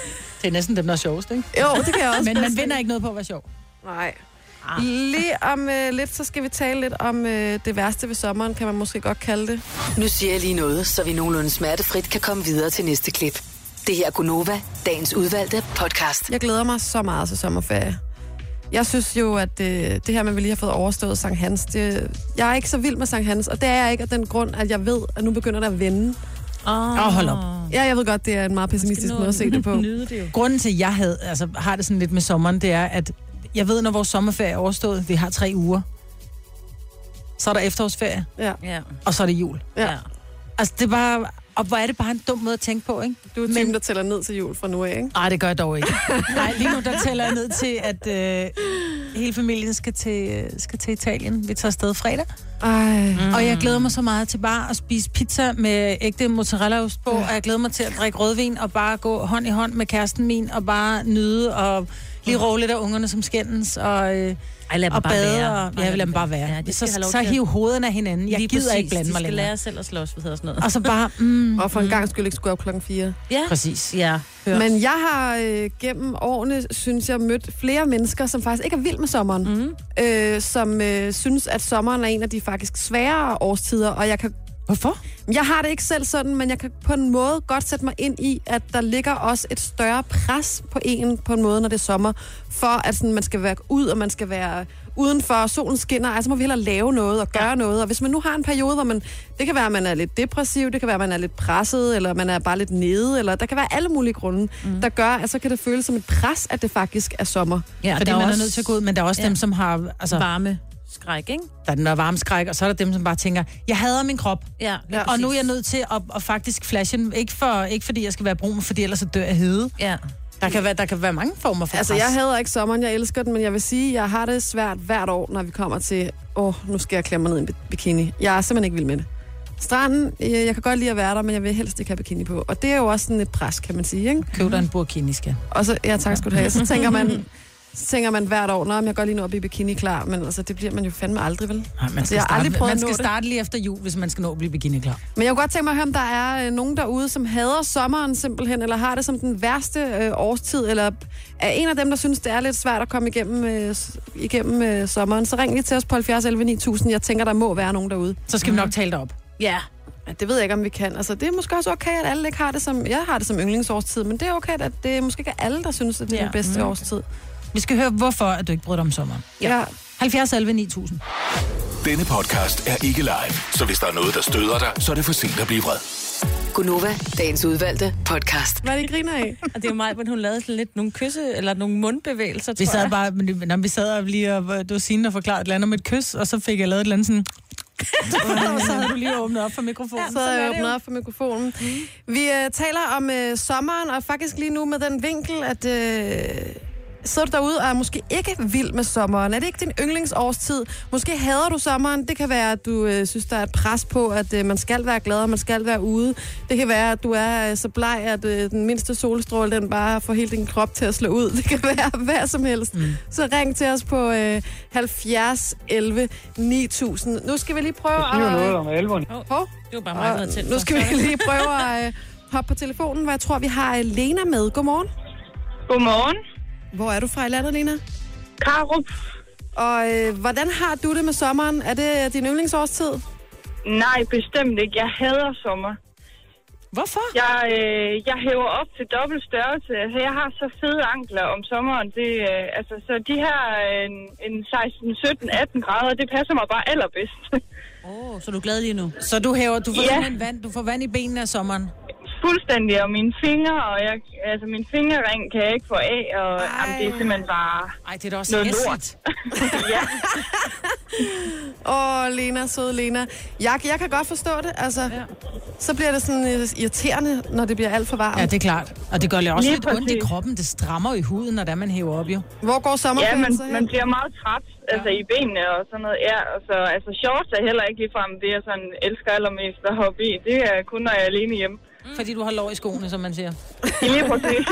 er næsten dem, der er sjovest, ikke? Jo, det kan jeg også. Men man vinder Ah. ikke noget på at være sjov. Nej. Lige om øh, lidt, så skal vi tale lidt om øh, det værste ved sommeren, kan man måske godt kalde det. Nu siger jeg lige noget, så vi nogenlunde smertefrit kan komme videre til næste klip. Det her er Gunova, dagens udvalgte podcast. Jeg glæder mig så meget til sommerferie. Jeg synes jo, at øh, det, det her med, at vi lige har fået overstået Sankt Hans, det, jeg er ikke så vild med Sankt Hans, og det er jeg ikke af den grund, at jeg ved, at nu begynder der at vende. Åh, Åh, hold op. Ja, jeg ved godt, det er en meget pessimistisk måde at se det på. Nyde det jo. Grunden til, at jeg havde, altså, har det sådan lidt med sommeren, det er, at jeg ved, når vores sommerferie er overstået, vi har tre uger, så er der efterårsferie, Ja. Ja. og så er det jul. Ja. ja. Altså, det er bare, og hvor er det bare en dum måde at tænke på, ikke? Du er typen, Men... der tæller ned til jul fra nu af, ikke? Nej, det gør jeg dog ikke. Nej, lige nu der tæller jeg ned til, at øh, hele familien skal til, øh, skal til Italien. Vi tager afsted fredag. Ej. Mm. Og jeg glæder mig så meget til bare at spise pizza med ægte mozzarellaost på, ja. og jeg glæder mig til at drikke rødvin og bare gå hånd i hånd med kæresten min og bare nyde og lige råle lidt af ungerne som skændes og, øh, Ej, lad dem og bare bade. være. Og, ja, jeg vil dem bare være. Ja, de så skal have lov så til at- hiv hovederne af hinanden. Jeg Lige gider præcis. ikke blande mig De skal længere. lære selv at slås, hvad hedder sådan noget. Og så bare, mm, Og for en gang skyld ikke skulle op klokken 4. Ja. præcis. Ja. Ja. Men jeg har øh, gennem årene, synes jeg, mødt flere mennesker, som faktisk ikke er vild med sommeren. Mm. Øh, som øh, synes, at sommeren er en af de faktisk sværere årstider, og jeg kan Hvorfor? Jeg har det ikke selv sådan, men jeg kan på en måde godt sætte mig ind i, at der ligger også et større pres på en på en måde, når det er sommer, for at sådan, man skal være ud, og man skal være udenfor, og solen skinner, altså må vi hellere lave noget og gøre ja. noget. Og hvis man nu har en periode, hvor man, det kan være, at man er lidt depressiv, det kan være, at man er lidt presset, eller man er bare lidt nede, eller der kan være alle mulige grunde, mm. der gør, at så kan det føles som et pres, at det faktisk er sommer. Ja, Fordi der man også... er er også- nødt til at gå ud, men der er også ja. dem, som har... Altså, Varme skræk, ikke? der er den der varmeskræk, og så er der dem, som bare tænker, jeg hader min krop. Ja, Ja, og nu er jeg nødt til at, at faktisk flashe den. Ikke, for, ikke fordi jeg skal være brun, fordi ellers så dør jeg hede. Ja. Der kan være, der kan være mange former for Altså, pres. jeg hader ikke sommeren, jeg elsker den, men jeg vil sige, jeg har det svært hvert år, når vi kommer til, åh, oh, nu skal jeg klemme mig ned i en bi- bikini. Jeg er simpelthen ikke vild med det. Stranden, øh, jeg kan godt lide at være der, men jeg vil helst ikke have bikini på. Og det er jo også sådan et pres, kan man sige, ikke? Køb dig en burkini, skal. Og så, ja tak skal du have, så tænker man, så tænker man hvert år, nej, men jeg kan godt lige nå at blive bikini klar, men altså, det bliver man jo fandme aldrig, vel? Nej, man Altså, skal, jeg har starte, aldrig prøvet man at nå skal det. starte lige efter jul, hvis man skal nå at blive bikini klar. Men jeg kunne godt tænke mig at høre, om der er øh, nogen derude, som hader sommeren simpelthen, eller har det som den værste øh, årstid, eller er en af dem, der synes, det er lidt svært at komme igennem, øh, s- igennem øh, sommeren, så ring lige til os på 70 11 9000. Jeg tænker, der må være nogen derude. Så skal mm. vi nok tale dig op. Ja. Ja, Det ved jeg ikke, om vi kan. Altså, det er måske også okay, at alle ikke har det som... Jeg har det som yndlingsårstid, men det er okay, at det er måske ikke alle, der synes, at det er Ja. den bedste årstid. Vi skal høre, hvorfor at du ikke bryder dig om sommeren. Mm. Ja. 70 11 9000. Denne podcast er ikke live, så hvis der er noget, der støder dig, så er det for sent at blive vred. Gunova, dagens udvalgte podcast. Hvad er det, I griner af? Og det er mig, men hun lavede sådan lidt nogle kysse, eller nogle mundbevægelser, tror Vi sad jeg. bare, men, men, vi sad og lige, og du var Signe og forklarede et eller andet med et kys, og så fik jeg lavet et eller andet sådan... og så havde du lige åbnet op for mikrofonen. så jeg åbnet op for mikrofonen. Mm. Vi øh, taler om øh, sommeren, og faktisk lige nu med den vinkel, at øh, sidder du derude og er måske ikke vild med sommeren. Er det ikke din yndlingsårstid? Måske hader du sommeren. Det kan være, at du øh, synes, der er et pres på, at øh, man skal være glad, og man skal være ude. Det kan være, at du er øh, så bleg, at øh, den mindste solstråle, den bare får hele din krop til at slå ud. Det kan være hvad som helst. Mm. Så ring til os på øh, 70 11 9000. Nu skal vi lige prøve Det er jo at... noget om alvoren. Hov. Det var bare mig, der Og havde tændt nu for. skal vi lige prøve at øh, hoppe på telefonen, hvor jeg tror, vi har øh, Lena med. Godmorgen. Godmorgen. Hvor er du fra i landet, Lena? Karup. Og øh, hvordan har du det med sommeren? Er det øh, din yndlingsårstid? Nej, bestemt ikke. Jeg hader sommer. Hvorfor? Jeg, øh, jeg hæver op til dobbelt størrelse. Altså, jeg har så fede ankler om sommeren. Det, øh, altså, så de her øh, en, en 16, 17, 18 grader, det passer mig bare allerbedst. Åh, oh, så er du glad lige nu? Så du hæver, du får Ja. ja. vand, du får vand i benene af sommeren. Fuldstændig, og mine fingre, og jeg, altså, min fingerring kan jeg ikke få af, og jamen, det er simpelthen bare... Ej, det er da også Noget hæsligt. lort. ja, Åh, Lena, søde Lena. Jeg, jeg kan godt forstå det. Altså, ja. Så bliver det sådan øh, irriterende, når det bliver alt for varmt. Ja, Ja, det er klart. Og det gør lige også Lige lidt ondt i præcis. kroppen. Det strammer jo i huden, når det er, man hæver op, jo. Hvor går ja sommerferien man, så hen? man bliver meget træt altså, i benene og sådan noget. Ja, og så, altså, shorts er heller ikke ligefrem det, jeg sådan elsker allermest at hoppe i. Det er kun, når jeg er alene hjemme. Fordi du har lov i skoene, som man siger. Lige præcis.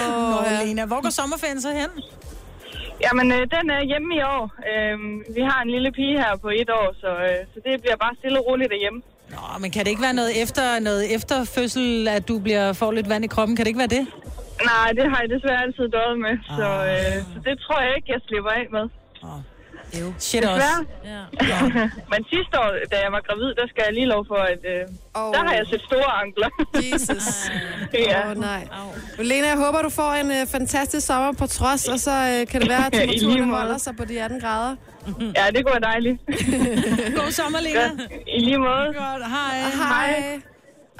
Åh, oh, ja. Lena, hvor går sommerferien så hen? Jamen, øh, den er hjemme i år. Øhm, vi har en lille pige her på et år, så, øh, så det bliver bare stille og roligt derhjemme. Nå, men kan det ikke være noget efter noget efterfødsel, at du bliver, får lidt vand i kroppen? Kan det ikke være det? Nej, det har jeg desværre altid døjet med, så, øh, så det tror jeg ikke, jeg slipper af med. Jo. Shit også. Desværre. Ja. Men sidste år, da jeg var gravid, der skal jeg lige lov for, at øh, Åh. der har jeg set store ankler. Jesus. ja. Åh, nej. Lena, jeg håber, du får en øh, fantastisk sommer på trods, og så øh, kan det være, at Ja, i lige temperaturen måde. holder sig på de 18 grader. ja, det går dejligt. God sommer, Ja, Lena. I lige måde. Godt, hej. Hej.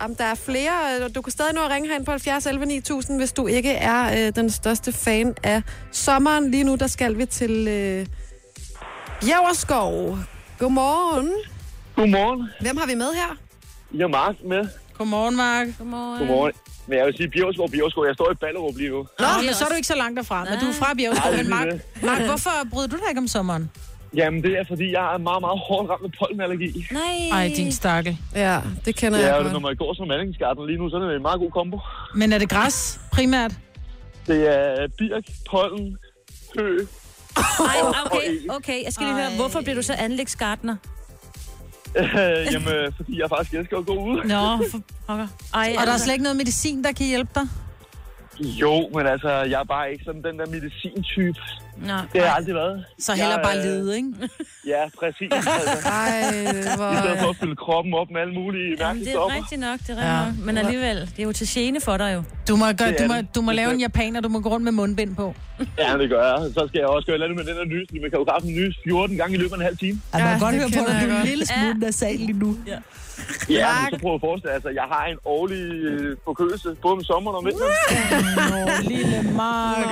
Om der er flere, øh, du kan stadig nå at ringe herind på 70 11 9000, hvis du ikke er øh, den største fan af sommeren. Lige nu, der skal vi til øh, Bjergerskov. Godmorgen. Godmorgen. Hvem har vi med her? Jeg er Mark med. Godmorgen, Mark. Godmorgen. Men jeg vil sige, Bjørskov, Bjørskov, jeg står i Ballerup lige nu. Nå, det men er så er også- du ikke så langt derfra, men du er fra Nej, Bjergskov. Men det er Mark, det. Mark, hvorfor bryder du dig ikke om sommeren? Jamen, det er, fordi jeg er meget, meget hårdt ramt med pollenallergi. Nej. Ej, din stakkel. Ja, det kender Ja, jeg og når godt. man går som mandingsgarten lige nu, så er det en meget god kombo. Men er det græs primært? Det er birk, pollen, hø. Ej, okay, okay. Jeg skal lige høre, hvorfor blev du så anlægsgartner? Øh, jamen, øh, fordi jeg faktisk elsker at gå ud. Nå, for pokker. Ej, altså, altså- Og der er slet ikke noget medicin, der kan hjælpe dig? Jo, men altså, jeg er bare ikke sådan den der medicintype. Nå. Det har jeg aldrig været. Så heller Jeg, bare øh, lede, ikke? Ja, præcis. Altså, Ej, hvor... I stedet for at fylde kroppen op med alle mulige Jamen, mærkelige det er stoffer. rigtigt nok, det er rigtigt ja. nok. Men alligevel, det er jo til gene for dig jo. Du må, gøre, Det du er må, det. du må lave en japaner, du må gå rundt med mundbind på. Ja, det gør jeg. Så skal jeg også gøre et eller andet med den der nys. fordi Man kan jo godt den nys 14 gange i løbet af en halv time. Ja, man kan Ja, godt det høre på kender dig, jeg du er en godt. lille smule nasal lige nu. Ja, men så prøv at forestille dig, altså, jeg har en årlig øh, forkølelse, både om sommeren og om vinteren. Nå, lille Mark.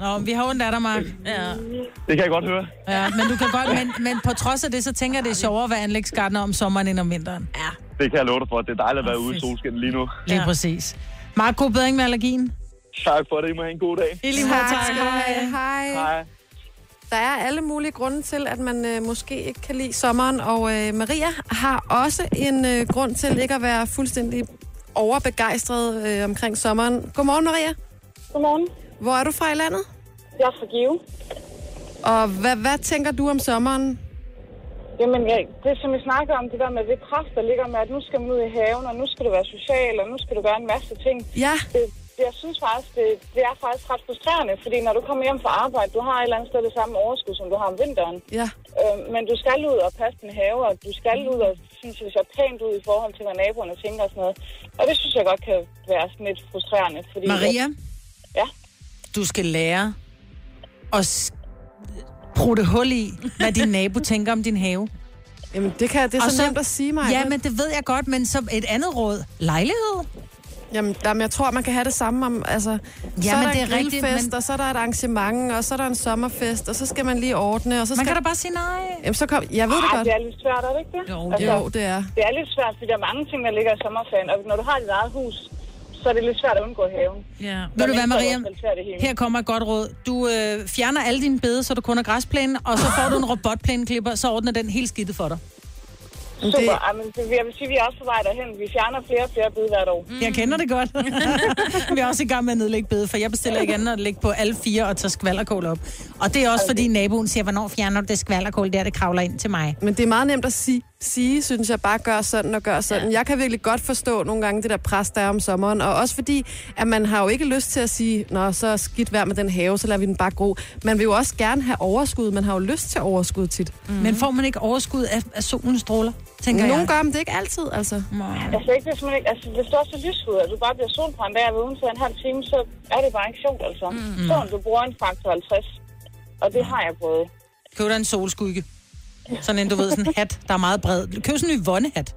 Nå, vi har ondt af dig, Mark. Ja. Det kan jeg godt høre. Ja, men, du kan godt, men, men på trods af det, så tænker jeg, det er sjovere at være anlægsgartner om sommeren end om vinteren. Det kan jeg love dig for. Det er dejligt at være ude i solskin lige nu. Lige præcis. Mark, god bedring med allergien. Tak for det. I må have en god dag. I lige Tak, skal du have. Hej. Hej. Der er alle mulige grunde til, at man øh, måske ikke kan lide sommeren, og øh, Maria har også en øh, grund til ikke at være fuldstændig overbegejstret øh, omkring sommeren. Godmorgen, Maria. Godmorgen. Hvor er du fra i landet? Jeg er fra Give. Og hvad, hvad tænker du om sommeren? Jamen, jeg, det som vi snakker om, det der med det pres, der ligger med, at nu skal man ud i haven, og nu skal du være social, og nu skal du gøre en masse ting. Ja, Det, det- jeg synes faktisk, det, det er faktisk ret frustrerende, fordi når du kommer hjem fra arbejde, du har et eller andet sted det samme overskud, som du har om vinteren. ja. Øh, men du skal ud og passe din have, og du skal ud og synes, det ser pænt ud i forhold til, hvad naboerne tænker og sådan noget. Og det synes jeg godt kan være sådan lidt frustrerende. Fordi, Maria, Ja. du skal lære at s- prutte hul i, hvad din nabo tænker om din have. Jamen, det, kan, det er Og så, så- nemt at sige mig. Ja, men det ved jeg godt, men som et andet råd. Lejlighed? Jamen, jamen, jeg tror, man kan have det samme om, altså... Ja, så er men der det er en grillfest, rigtigt, men- og så er der et arrangement, og så er der en sommerfest, og så skal man lige ordne, og så Man skal... kan da bare sige nej. Jamen, så kom... Jeg ved det Ej, godt. det er lidt svært, er det ikke det? Jo, Jo, det er. Det er lidt svært, fordi der er mange ting, der ligger i sommerferien. Og når du har dit eget hus, så er det lidt svært at undgå haven. ja. Ved du mindre hvad, Maria? repræsenterer det hele. Her kommer et godt råd. Du øh, fjerner alle dine bede, så du kun har græsplænen, og så får du en robotplæneklipper, så ordner den helt skidtet for dig. Men Super. det- Det... Jamen, det, jeg vil sige, at vi er også på vej derhen. Vi fjerner flere og flere bid hvert år. Jeg kender det godt. Vi er også i gang med at nedlægge bede, for jeg bestiller ikke andet end at lægge på alle fire og tage skvallerkål op. Og det er også, fordi naboen siger, hvornår fjerner du det skvallerkål der, det kravler ind til mig. Men det er meget nemt at sige, sige synes jeg, bare gør sådan og gør sådan. Ja. Jeg kan virkelig godt forstå nogle gange det der pres, der er om sommeren. Og også fordi, at man har jo ikke lyst til at sige, nå, så er skidt vejr med den have, så lader vi den bare gro. Man vil jo også gerne have overskud. Man har jo lyst til overskud tit. Mm. Men får man ikke overskud af, af solens stråler, tænker Nogle jeg. gør, men det er ikke altid, altså. Mm. Altså, ikke, hvis, man ikke, altså, hvis du også er lyshud, og du bare bliver solbrændt af ved udenfor en halv time, så er det bare ikke sjovt, altså. Mm. Så du bruger en faktor 50, og det har jeg prøvet. Køb dig en solskygge. Sådan en, du ved, sådan en hat, der er meget bred. Køb sådan en ny vondehat.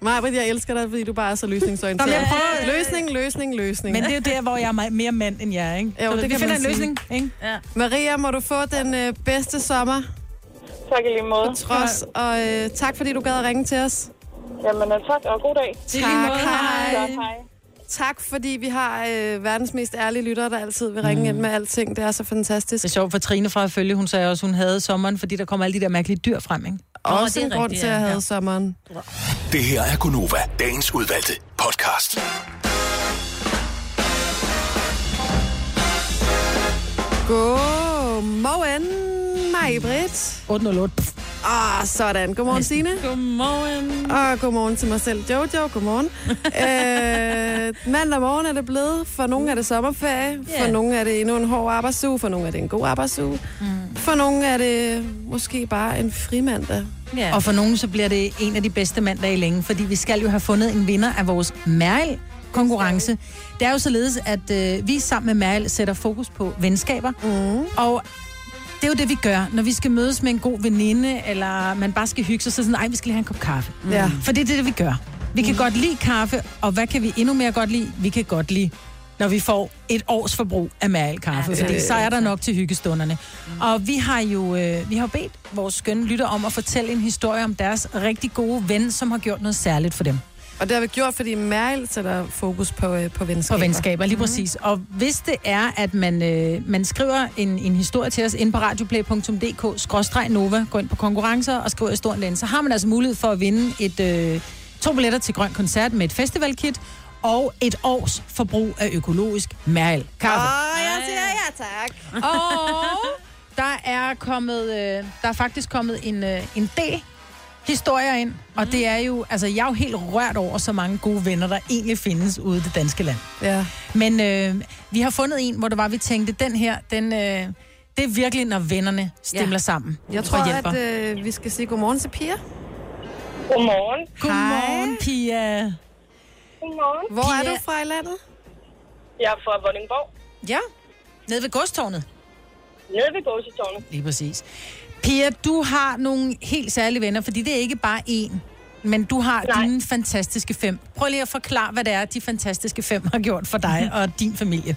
Maja, jeg elsker dig, fordi du bare er så løsningsorienteret. Nå, men jeg prøver- Løsning, løsning, løsning. Men det er jo der, hvor jeg er meget- mere mand end jer, ikke? Jo, Så det vi kan finder man en sige. løsning, ikke? Maria, må du få den øh, bedste sommer, Tak i lige måde. trods. Og øh, tak, fordi du gad at ringe til os. Jamen, øh, tak, og god dag. Tak, Godt, hej. Tak, fordi vi har øh, verdens mest ærlige lyttere, der altid vil ringe mm. ind med alting. Det er så fantastisk. Det er sjovt for Trine fra at følge. Hun sagde også, hun havde sommeren, fordi der kom alle de der mærkelige dyr frem, ikke? Og det også er en grund rigtigt, til, at jeg ja. havde sommeren. Det her er Gunova, dagens udvalgte podcast. Godmorgen, Maj-Brit. 808. Pff. Ah, sådan. Godmorgen, Signe. Godmorgen. Og godmorgen til mig selv, Jojo. Godmorgen. øh, mandag morgen er det blevet. For nogle er det sommerferie. Yeah. For Ja. nogle er det endnu en hård arbejdsuge. For nogle er det en god arbejdsuge. Mm. For nogle er det måske bare en frimandag. Ja. Og for nogen, så bliver det en af de bedste mandage længe, fordi vi skal jo have fundet en vinder af vores Mærl konkurrence. Det er jo således, at øh, vi sammen med Mærl sætter fokus på venskaber, mm. og det er jo det, vi gør, når vi skal mødes med en god veninde, eller man bare skal hygge sig, så er det sådan, ej, vi skal lige have en kop kaffe. Mm. Ja. For det er det, vi gør. Vi kan godt lide kaffe, og hvad kan vi endnu mere godt lide? Vi kan godt lide når vi får et års forbrug af Mærl-kaffe, ja, fordi så er der nok til hyggestunderne. Mm. Og vi har jo øh, vi har bedt vores skønne lytter om at fortælle en historie om deres rigtig gode ven, som har gjort noget særligt for dem. Og det har vi gjort, fordi Meryl sætter fokus på, øh, på venskaber. På venskaber, lige præcis. Og hvis det er, at man, øh, man skriver en, en historie til os ind på radioplay.dk-nova, går ind på konkurrencer og skriver historien derinde, så har man altså mulighed for at vinde et, øh, to billetter til Grøn Koncert med et festivalkit og et års forbrug af økologisk mærel kaffe. Åh, jeg siger ja tak. Og der er kommet, øh, der er faktisk kommet en, øh, en D historier ind, og det er jo, altså jeg er jo helt rørt over så mange gode venner, der egentlig findes ude i det danske land. Ja. Men øh, vi har fundet en, hvor det var, vi tænkte, den her, den, øh, det er virkelig, når vennerne stemmer Ja. ja. sammen Jeg tror, og hjælper. at øh, vi skal sige godmorgen til Pia. Godmorgen. Godmorgen, Pia. Godmorgen. Hvor Pia. Pia. er du fra i landet? Jeg er fra Vordingborg, Ja, nede ved godstårnet. nede ved Gåsetårnet. Lige præcis. Pia, du har nogle helt særlige venner, fordi det er ikke bare én, men du har Nej. Nej. dine fantastiske fem. Prøv lige at forklare, hvad det er, de fantastiske fem har gjort for dig og din familie.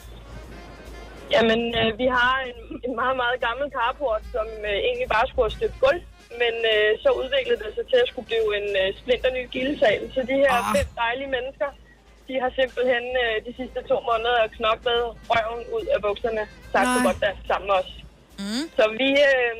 Jamen, øh, vi har en, en meget, meget gammel carport, som øh, egentlig bare skulle have støbt gulv. Men øh, så udviklede det sig til at skulle blive en øh, splinterny gildesal. Så de her Ah. fem dejlige mennesker, de har simpelthen øh, de sidste to måneder knoklet røven ud af bukserne. Tak for Nej. godt dansk sammen med os. Mm. Så vi, øh,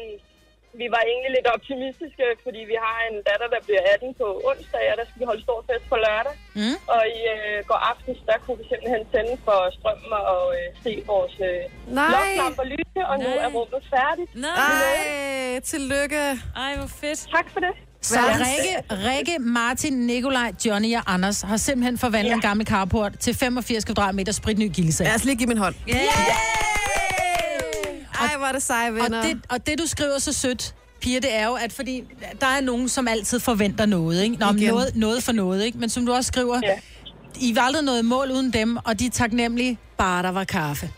vi var egentlig lidt optimistiske, fordi vi har en datter, der bliver 18 på onsdag, og der skal vi holde stor fest på lørdag. Mm. Og i øh, går aftes, der kunne vi simpelthen tænde for strømmen og øh, se vores... Øh, Nej. Bloklamper lyse, og nu Nej. er rummet færdigt. Nej, tillykke. Ej, hvor fedt. Tak for det. Så Rikke, Rikke, Martin, Nikolaj, Johnny og Anders har simpelthen forvandlet ja. en gammel carport til 85 kvadratmeter spritny gildesal. Lad Ja. os lige give min hånd. Yeah. Yeah. Ej, hvor er det seje Og, venner. det, og det, du skriver så sødt, Pia, det er jo, at fordi der er nogen, som altid forventer noget, ikke? Nå, men Igen. noget, noget for noget, ikke? Men som du også skriver, ja. Ja. I var aldrig noget mål uden dem, og de er taknemmelige, bare der var kaffe.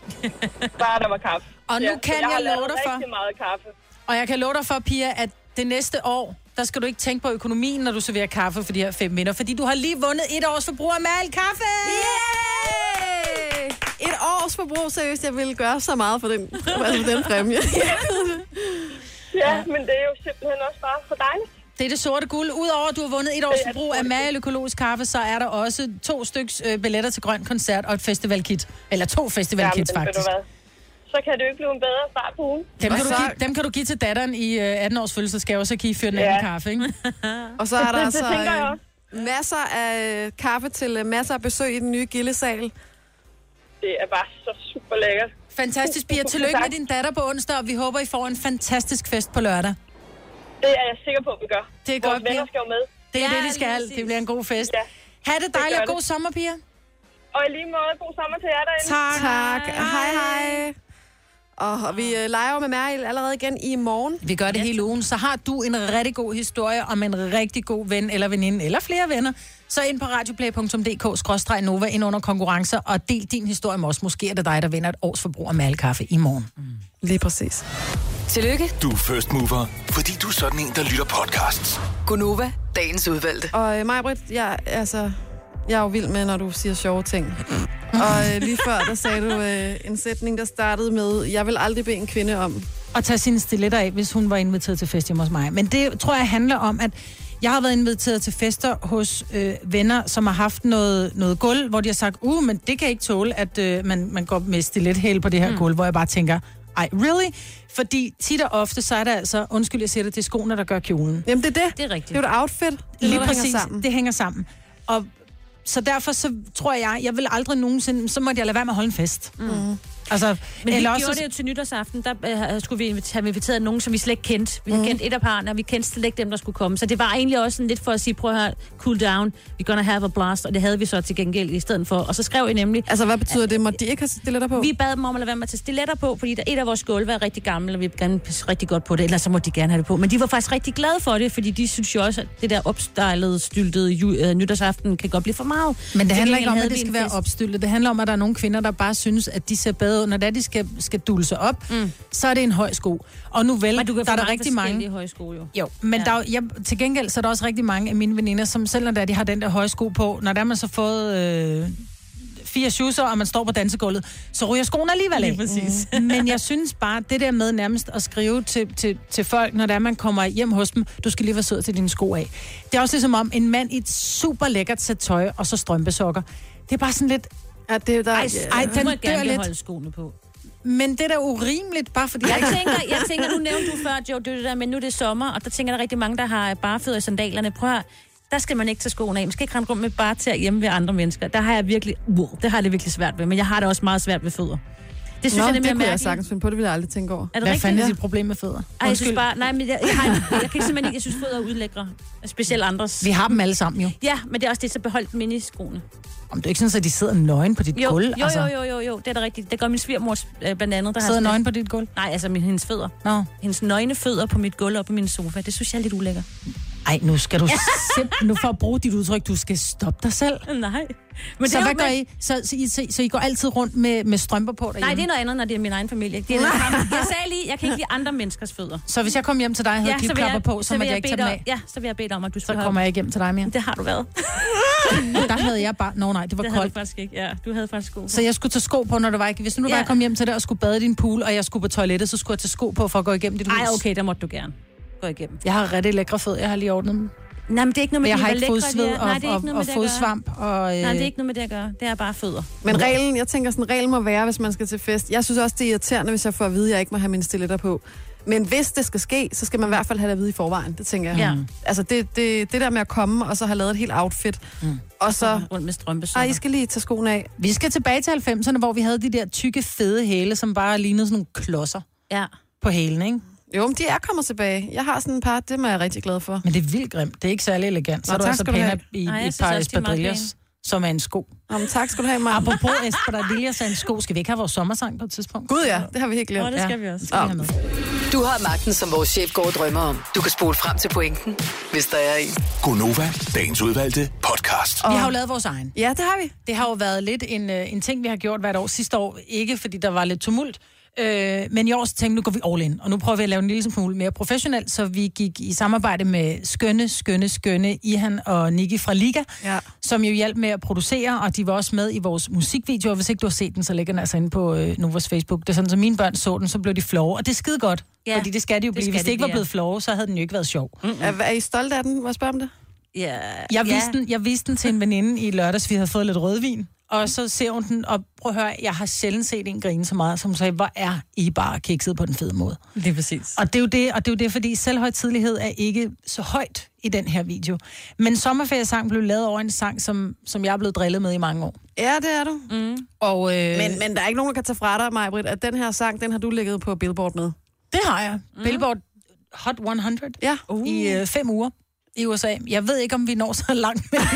Bare der var kaffe. Og nu kan så jeg har love lavet dig for- rigtig meget kaffe. Og jeg kan love dig for, Pia, at det næste år, der skal du ikke tænke på økonomien, når du serverer kaffe for de her fem minder, fordi du har lige vundet et års forbrug af malt kaffe! Yay! Et års forbrug, seriøst, jeg ville gøre så meget for den, altså for den præmie. Ja, men det er jo simpelthen også bare for dejligt. Det er det sorte guld. Udover at du har vundet et års Det er det forbrug af sorte mal økologisk kaffe, så er der også to styks øh, billetter til grøn koncert og et festivalkit. Eller to festivalkits, Jamen, ved faktisk. du hvad? Så kan det jo ikke blive en bedre start på ugen. Dem kan, Og du så- give, dem kan du give til datteren i øh, 18-års fødselsdagsgave, og så kan I fyre den Ja. anden kaffe, ikke? Og så er der Det- det altså tænker jeg øh, også. masser af øh, kaffe til øh, masser af besøg i den nye gildesal. Det er bare så super lækkert. Fantastisk, Pia. Tillykke med din datter på onsdag, og vi håber, I får en fantastisk fest på lørdag. Det er jeg sikker på, at vi gør. Det er Vores godt, venner Pia. skal jo med. Det er Ja, ja, det, de lige skal. præcis. Det bliver en god fest. Ja. Ha' det dejligt, gør og det. god sommer, Pia. Og i lige måde, god sommer til jer derinde. Tak. Tak. Hej, hej. Og, og vi øh, leger jo med Meryl allerede igen i morgen. Vi gør det yes. hele ugen. Så har du en rigtig god historie om en rigtig god ven eller veninde, eller flere venner, så ind på radioplay.dk-nova ind under konkurrencer, og del din historie med os. Måske er det dig, der vinder et års forbrug af malkaffe i morgen. Lige præcis. Tillykke, Du er first mover, fordi du er sådan en, der lytter podcasts. Gunova, dagens udvalgte. Og øh, Majbrit, jeg, altså, jeg er jo vild med, når du siger sjove ting. Og øh, lige før, der sagde du øh, en sætning, der startede med, jeg vil aldrig bede en kvinde om. at tage sine stiletter af, hvis hun var inviteret til fest hjemme hos mig. Men det tror jeg handler om, at jeg har været inviteret til fester hos øh, venner, som har haft noget, noget gulv, hvor de har sagt, uh, men det kan jeg ikke tåle, at øh, man, man går med stilethæl på det her mm. gulv, hvor jeg bare tænker, ej, really? Fordi tit og ofte, så er det altså, undskyld, jeg siger det, det er skoene, der gør kjolen. Jamen, det er det. Det er rigtigt. Det er jo et outfit. Det er Lige noget, der hænger præcis, Sammen. det hænger sammen. Og så derfor så tror jeg, jeg vil aldrig nogensinde, så måtte jeg lade være med at holde en fest. Mm. Altså, Men Eller eller vi også, gjorde det jo til nytårsaften, der øh, skulle vi invit- have inviteret nogen, som vi slet ikke kendte. Vi Mhm. mm. kendte et af parrene, og vi kendte slet ikke dem, der skulle komme. Så det var egentlig også sådan lidt for at sige, prøv at høre, cool down, we're gonna have a blast, og det havde vi så til gengæld i stedet for. Og så skrev I nemlig, Altså, hvad betyder det? Må de ikke have stiletter på? vi bad dem om at lade være med at tage stiletter på, fordi der et af vores gulve er rigtig gammelt, og vi vil gerne passe rigtig godt på det, ellers så må de gerne have det på. Men de var faktisk rigtig glade for det, fordi de synes jo også, at det der opstylede, styltede ju- øh, nytårsaften kan godt blive for meget. Men det handler Til gengæld ikke om, havde at det vi en skal være fest. opstyltet. Det handler om, at der er nogle kvinder, der bare synes, at de ser bedre ud. Når det er, de skal, skal dulle sig op, mm. så er det en høj sko. Og nu vel, Men du kan der er få der rigtig mange... forskellige højskole, jo. Jo, men ja. der, er jo- jeg, til gengæld så er der også rigtig mange af mine veninder, som selv når det er, de har den der høje sko på, når der er man så fået øh, fire shoeser, og man står på dansegulvet, så ryger skoen alligevel af. Lige præcis. Mm. Men jeg synes bare, det der med nærmest at skrive til, til, til folk, når det er, man kommer hjem hos dem, du skal lige være sød til dine sko af. Det er også ligesom om en mand i et super lækkert sæt tøj og så strømpesokker. Det er bare sådan lidt, Ja, det er der... Ej, ej, Du Den må dør gerne lidt. holde skoene på. men det er da urimeligt, bare fordi jeg Jeg ikke tænker, jeg tænker, nu nævnte du før, Joe, det er det der, men nu er det sommer, og der tænker der rigtig mange, der har barfødder i sandalerne. Prøv at høre, der skal man ikke tage skoene af. Man skal ikke rende rundt med bare til hjemme ved andre mennesker. Der har jeg virkelig, wow, det har jeg det virkelig svært ved, men jeg har det også meget svært ved fødder. Det synes Nå, jeg, det, det det er kunne mere jeg sagelig. mærkeligt. sagtens finde på, det ville jeg aldrig tænke over. Er Hvad det rigtigt? fanden er dit problem med fødder? Ej, jeg synes bare, nej, men jeg, jeg, har, en- jeg kan simpelthen ikke, jeg synes fødder er udlækre. Specielt andres. Vi har dem alle sammen jo. Ja, men det er også det, så beholdt dem inde i skoene. Om det er ikke sådan, at de sidder nøgen på dit Jo, gulv? altså. jo, jo, jo, jo, jo, det er da rigtigt. Det gør min svigermor øh, blandt andet. Der har Sidder sådan- nøgen på dit gulv? Nej, altså min, hendes fødder. Nå. Hendes nøgne fødder på mit gulv og på min sofa. Det synes jeg er lidt ulækker. Ej, nu skal du simpelthen, nu for at bruge dit udtryk, du skal stoppe dig selv. Nej. Men så er jo- hvad gør I? Så, så, I, så, så I går altid rundt med, med strømper på derhjemme? Nej, det er noget andet, når det er min egen familie. Det er noget andet. Jeg sagde lige, jeg kan ikke lide andre menneskers fødder. Så hvis jeg kom hjem til dig og havde ja, klipklapper på, så, så måtte jeg ikke tage bede dem om- af? Ja, så vil jeg bede dig om, at du Så skulle kommer jeg ikke hjem til dig mere. Det har du været. Der havde jeg bare... Nå nej, det var Det havde du koldt. faktisk ikke. Ja, du havde faktisk god. Så jeg skulle tage sko på, når du var ikke... Hvis nu du Ja. bare kom hjem til dig og skulle bade i din pool, og jeg skulle på toilettet, så skulle jeg tage sko på for at gå igennem dit hus. Ej, okay, der måtte du gerne gå igennem. Jeg har rigtig lækre fødder, jeg har lige ordnet dem. Nej, men det er ikke noget med, Men jeg de, har hvor ikke lækre de fodsved er. og, Nej, det er ikke og, noget og med det at gøre. fodsvamp. Og, øh, Nej, det er ikke noget med det at gøre. Det er bare fødder. Men reglen, jeg tænker sådan, reglen må være, hvis man skal til fest. Jeg synes også, det er irriterende, hvis jeg får at vide, at jeg ikke må have mine stiletter på. Men hvis det skal ske, så skal man i hvert fald have det at vide i forvejen, det tænker jeg. Ja. Altså det, det, det der med at komme, og så have lavet et helt outfit, mm. og så... Rundt Ej, med strømpesokker. I skal lige tage skoene af. Vi skal tilbage til 90'erne, hvor vi havde de der tykke, fede hæle, som bare lignede sådan nogle klodser Ja. på hælene, ikke? Jo, men de er kommet tilbage. Jeg har sådan et par, dem er jeg rigtig glad for. Men det er vildt grimt. Det er ikke særlig elegant. Så Nå, er du tak altså skal du pæner have. i, Nej, i jeg et synes par også, de er meget espadrilles, som er en sko. Om, tak skal du have, Maja. Apropos espadrilles er en sko, skal vi ikke have vores sommersang på et tidspunkt? Gud ja, det har vi helt Åh, glemt. det skal Ja. vi også. Skal vi have med? Du har magten, som vores chef går og drømmer om. Du kan spole frem til pointen, hvis der er en. Gonova, dagens udvalgte podcast. Vi har jo lavet vores egen. Ja, det har vi. Det har jo været lidt en, øh, en ting, vi har gjort hvert år. Sidste år ikke, fordi der var lidt tumult. Øh, men i år så tænkte vi, nu går vi all in, og nu prøver vi at lave en lille smule mere professionel, så vi gik i samarbejde med skønne, skønne, skønne Ihan og Niki fra Liga, Ja. som jo hjalp med at producere, og de var også med i vores musikvideo, og hvis ikke du har set den, så ligger den altså inde på øh, Novas Facebook. Det er sådan, så mine børn så den, så blev de flove, og det er skide godt, Ja, ja, fordi det skal de jo det blive. skal Hvis de det ikke var blive, blevet flove, så havde den jo ikke været sjov. Er, er I stolte af den? Må jeg spørge om det? Ja. Jeg viste, ja. den, jeg viste den til en veninde i lørdags, vi havde fået lidt rødvin. Og så ser hun den, og prøv at høre, jeg har sjældent set en grine så meget, som hun sagde, hvor er I bare kikset på den fede måde. Lige præcis. Og det er jo det, og det, er jo det fordi selvhøjtidlighed er ikke så højt i den her video. Men sommerferiesang blev lavet over en sang, som, som jeg er blevet drillet med i mange år. Ja, det er du. Mm. Og øh, Men, men der er ikke nogen, der kan tage fra dig, Maja Britt, at den her sang, den har du ligget på Billboard med. det har jeg. Mm. Billboard Hot 100 Ja. uh. i øh, fem uger i USA. Jeg ved ikke, om vi når så langt med det.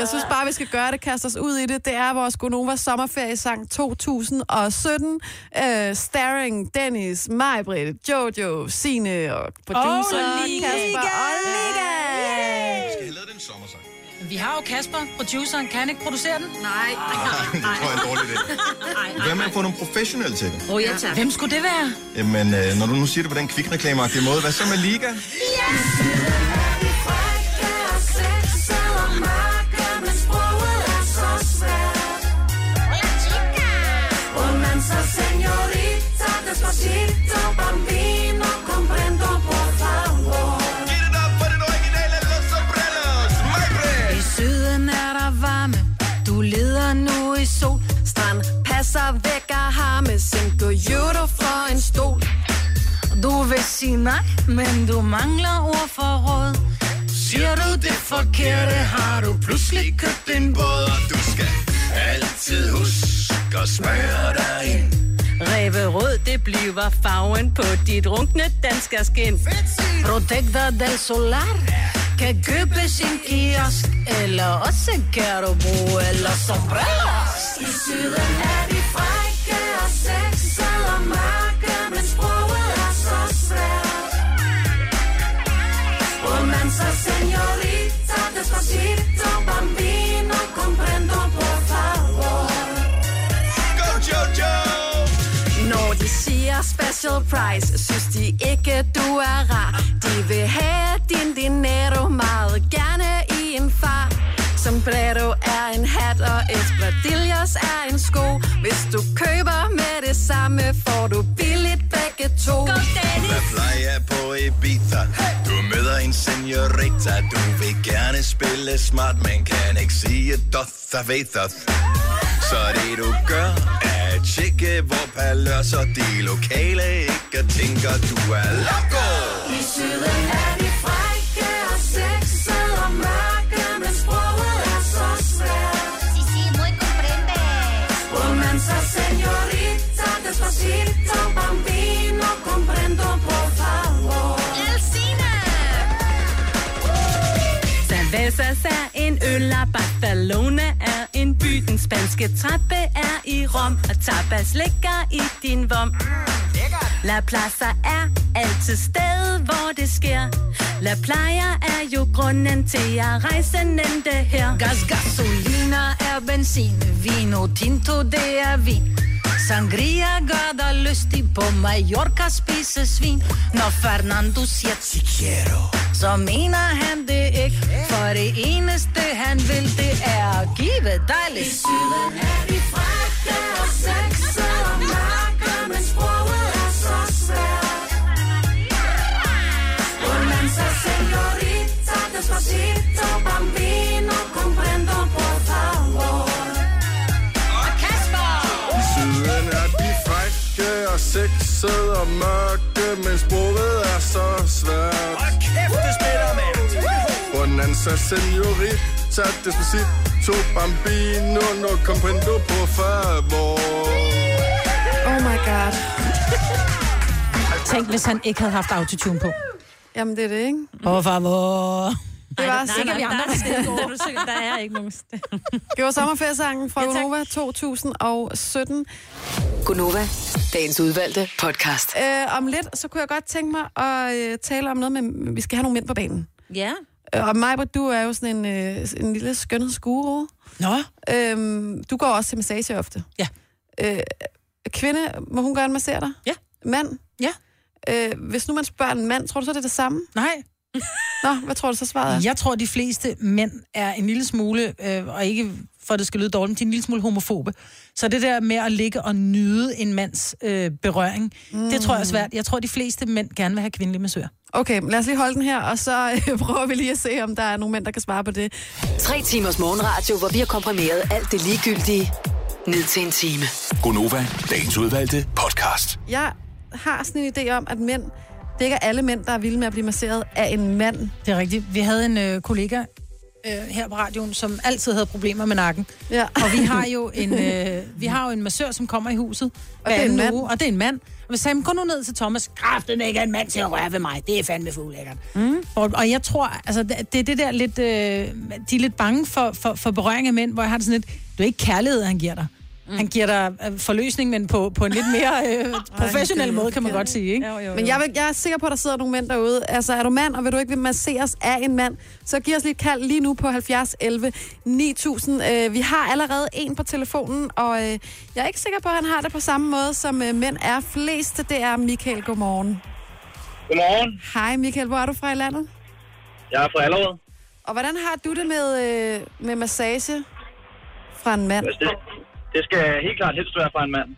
Jeg synes bare, vi skal gøre det, kaste os ud i det. Det er vores Gonova sommerferiesang 2017. Øh, starring Dennis, Majbrit, Jojo, Sine og producer Og Liga. Kasper og Liga. Jeg har lavet den sommersang. Vi har jo Kasper, produceren. Kan han ikke producere den? Det tror jeg er en dårlig idé. Hvad med at få nogle professionelle til det? Hvem skulle det være? Jamen, øh, når du nu siger det på den kvikreklameagtige måde, hvad så med Liga? Giv det op for den originale Los Sopranos. My friend. Syden er der varme, du leder nu i sol. Strand passer væk og har med Cinco Euro for en stol. Du vil sige nej, men du mangler ord for råd. Siger du det forkerte, har du pludselig købt en båd, og du skal altid huske at smøre dig ind. Ræverød, det bliver farven på dit runkne danske skin. Protector del Solar kan købes i en kiosk, eller også kan du bruge eller sombreros. I syden er de frække og sexede og mørke, men sproget er så svært. Romancer, señorita, despacito, bambino, comprendo por favor. Go, Jojo! Når de siger special price, synes de ikke, du er rar. De vil have din dinero meget gerne i en far. Sombrero er en hat, og espadrilles er en sko. Hvis du køber med det samme, får du billigt begge to. Go, Hvad plejer på Ibiza? Du møder en seniorita Du vil gerne spille smart Men kan ikke sige doth og vethoth Så det du gør Er at tjekke hvor palør Så de lokale ikke tænker Du er loco I syden er de frække og sexede og mørke, men sproget er så svært. Si, si, muy comprende. Romancer, Cosito bambino, comprendo, por favor. Cervezas er en øl, og Barcelona er en by. Den spanske trappe er i Rom, og tapas ligger i din vom. La Plaza er altid sted, hvor det sker. La Playa er jo grunden til, at rejsen endte her. Gas, gasolina er benzin, vino tinto, det er vin. Sangria gør dig lystig på Mallorca spise svin. Når Fernando siger Sichero, så mener han det ikke. For det eneste han vil, e det er at give dig lidt. I syden er vi frække og sexede og mørke, men sproget er så svært. Romanza, señorita, despacito, bambino, comprendo, por favor. I syden er de frække og sexede og mørke, men sproget er så svært. Og kæft, det spiller med. Bonanza, senorita, despacito, bambino, no comprendo, por favor. Oh my god. Tænk, hvis han ikke havde haft autotune på. Jamen, det er det, ikke? Por favor. Det var Nej, sikkert, nej, vi andre. der er stille du synger, der er ikke nogen stille. Det var sommerferiesangen fra Ja, tak. Unova 2017. Gunova, dagens udvalgte podcast. Øh, om lidt, så kunne jeg godt tænke mig at øh, tale om noget med, vi skal have nogle mænd på banen. Ja. Øh, Og Majbert, du er jo sådan en, øh, en lille skønhedsguru. Nå, Øhm, du går også til massage ofte. Ja. Øh, kvinde, må hun gerne massere dig? Ja. Mand? Ja. Øh, hvis nu man spørger en mand, tror du så, det er det samme? nej. Nå, hvad tror du så svaret er? Jeg tror, de fleste mænd er en lille smule, øh, og ikke for at det skal lyde dårligt, men de er en lille smule homofobe. Så det der med at ligge og nyde en mands øh, berøring, mm. det tror jeg er svært. Jeg tror, de fleste mænd gerne vil have kvindelige massører. Okay, lad os lige holde den her, og så øh, prøver vi lige at se, om der er nogen mænd, der kan svare på det. Tre timers morgenradio, hvor vi har komprimeret alt det ligegyldige ned til en time. Gonova, dagens udvalgte podcast. Jeg har sådan en idé om, at mænd, det er ikke alle mænd, der er vilde med at blive masseret af en mand. Det er rigtigt. Vi havde en øh, kollega øh, her på radioen, som altid havde problemer med nakken. Ja. Og vi har jo en, øh, vi har jo en massør, som kommer i huset og det er en anden mand. uge, og det er en mand. Og vi sagde, "Men gå nu ned til Thomas. Kraft, den ikke er en mand til at røre ved mig. Det er fandme for ulækkert. Mm. Og, og jeg tror, altså, det det er det der lidt... Øh, de er lidt bange for, for, for berøring af mænd, hvor jeg har det sådan lidt... Det er ikke kærlighed, han giver dig. Mm. Han giver dig øh, forløsning, men på, på en lidt mere øh, professionel måde, kan man godt sige. Ikke? Jo, jo, jo. Men jeg, vil, jeg er sikker på, at der sidder nogle mænd derude. Altså, er du mand, og vil du ikke masseres af en mand, så giv os lige et kald lige nu på 70 11 9000. Øh, vi har allerede en på telefonen, og øh, jeg er ikke sikker på, at han har det på samme måde, som øh, mænd er flest. Det er Michael. Godmorgen. Godmorgen. Hej Michael, hvor er du fra i landet? Jeg er fra Allerød. Og hvordan har du det med, øh, med massage fra en mand? Altså, det, det skal helt klart helst være fra en mand.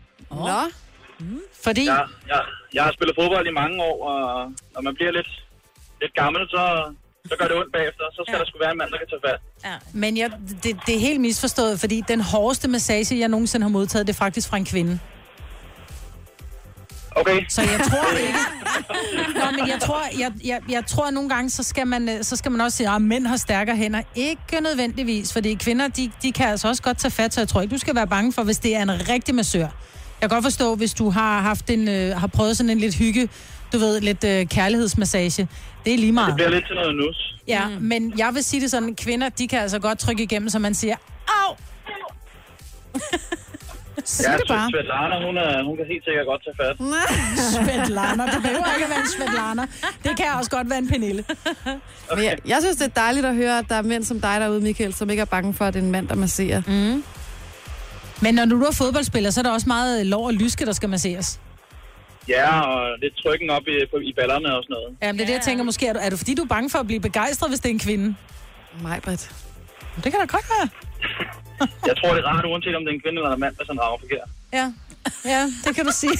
Nå, Fordi... Jeg, jeg, jeg har spillet fodbold i mange år, og når man bliver lidt, lidt gammel, så, så gør det ondt bagefter. Så skal ja. der sgu være en mand, der kan tage fat. Men jeg, det, det er helt misforstået, fordi den hårdeste massage, jeg nogensinde har modtaget, det er faktisk fra en kvinde. Okay. Så jeg tror ikke. Nå, men jeg tror, jeg, jeg, jeg tror at nogle gange, så skal man, øh, så skal man også sige, at mænd har stærkere hænder. Ikke nødvendigvis, fordi kvinder, de, de kan altså også godt tage fat, så jeg tror ikke, du skal være bange for, hvis det er en rigtig massør. Jeg kan godt forstå, hvis du har, haft en, øh, har prøvet sådan en lidt hygge, du ved, lidt øh, kærlighedsmassage. Det er lige Det meget. bliver lidt til noget nus. Ja, men jeg vil sige det sådan, kvinder, de kan altså godt trykke igennem, så man siger, au! Sig Ja, det bare. Svetlana, hun, er, hun kan helt sikkert godt tage fat. Svetlana. Det behøver ikke at være en Svetlana. Det kan også godt være en Pernille. men jeg, jeg synes, det er dejligt at høre, at der er mænd som dig derude, Michael, som ikke er bange for, at det er en mand, der masserer. Mm. Men når du er fodboldspiller, så er der også meget lov og lyske, der skal masseres. Ja, og lidt trykken op i, på, i ballerne og sådan noget. Jamen, det er det, jeg tænker måske. Er du, er du fordi, du er bange for at blive begejstret, hvis det er en kvinde? Mig, Britt. Det kan da godt være. Jeg tror, det er rart, uanset om det er en kvinde eller en mand, hvis han rammer forkert. Ja. Ja, det kan du sige.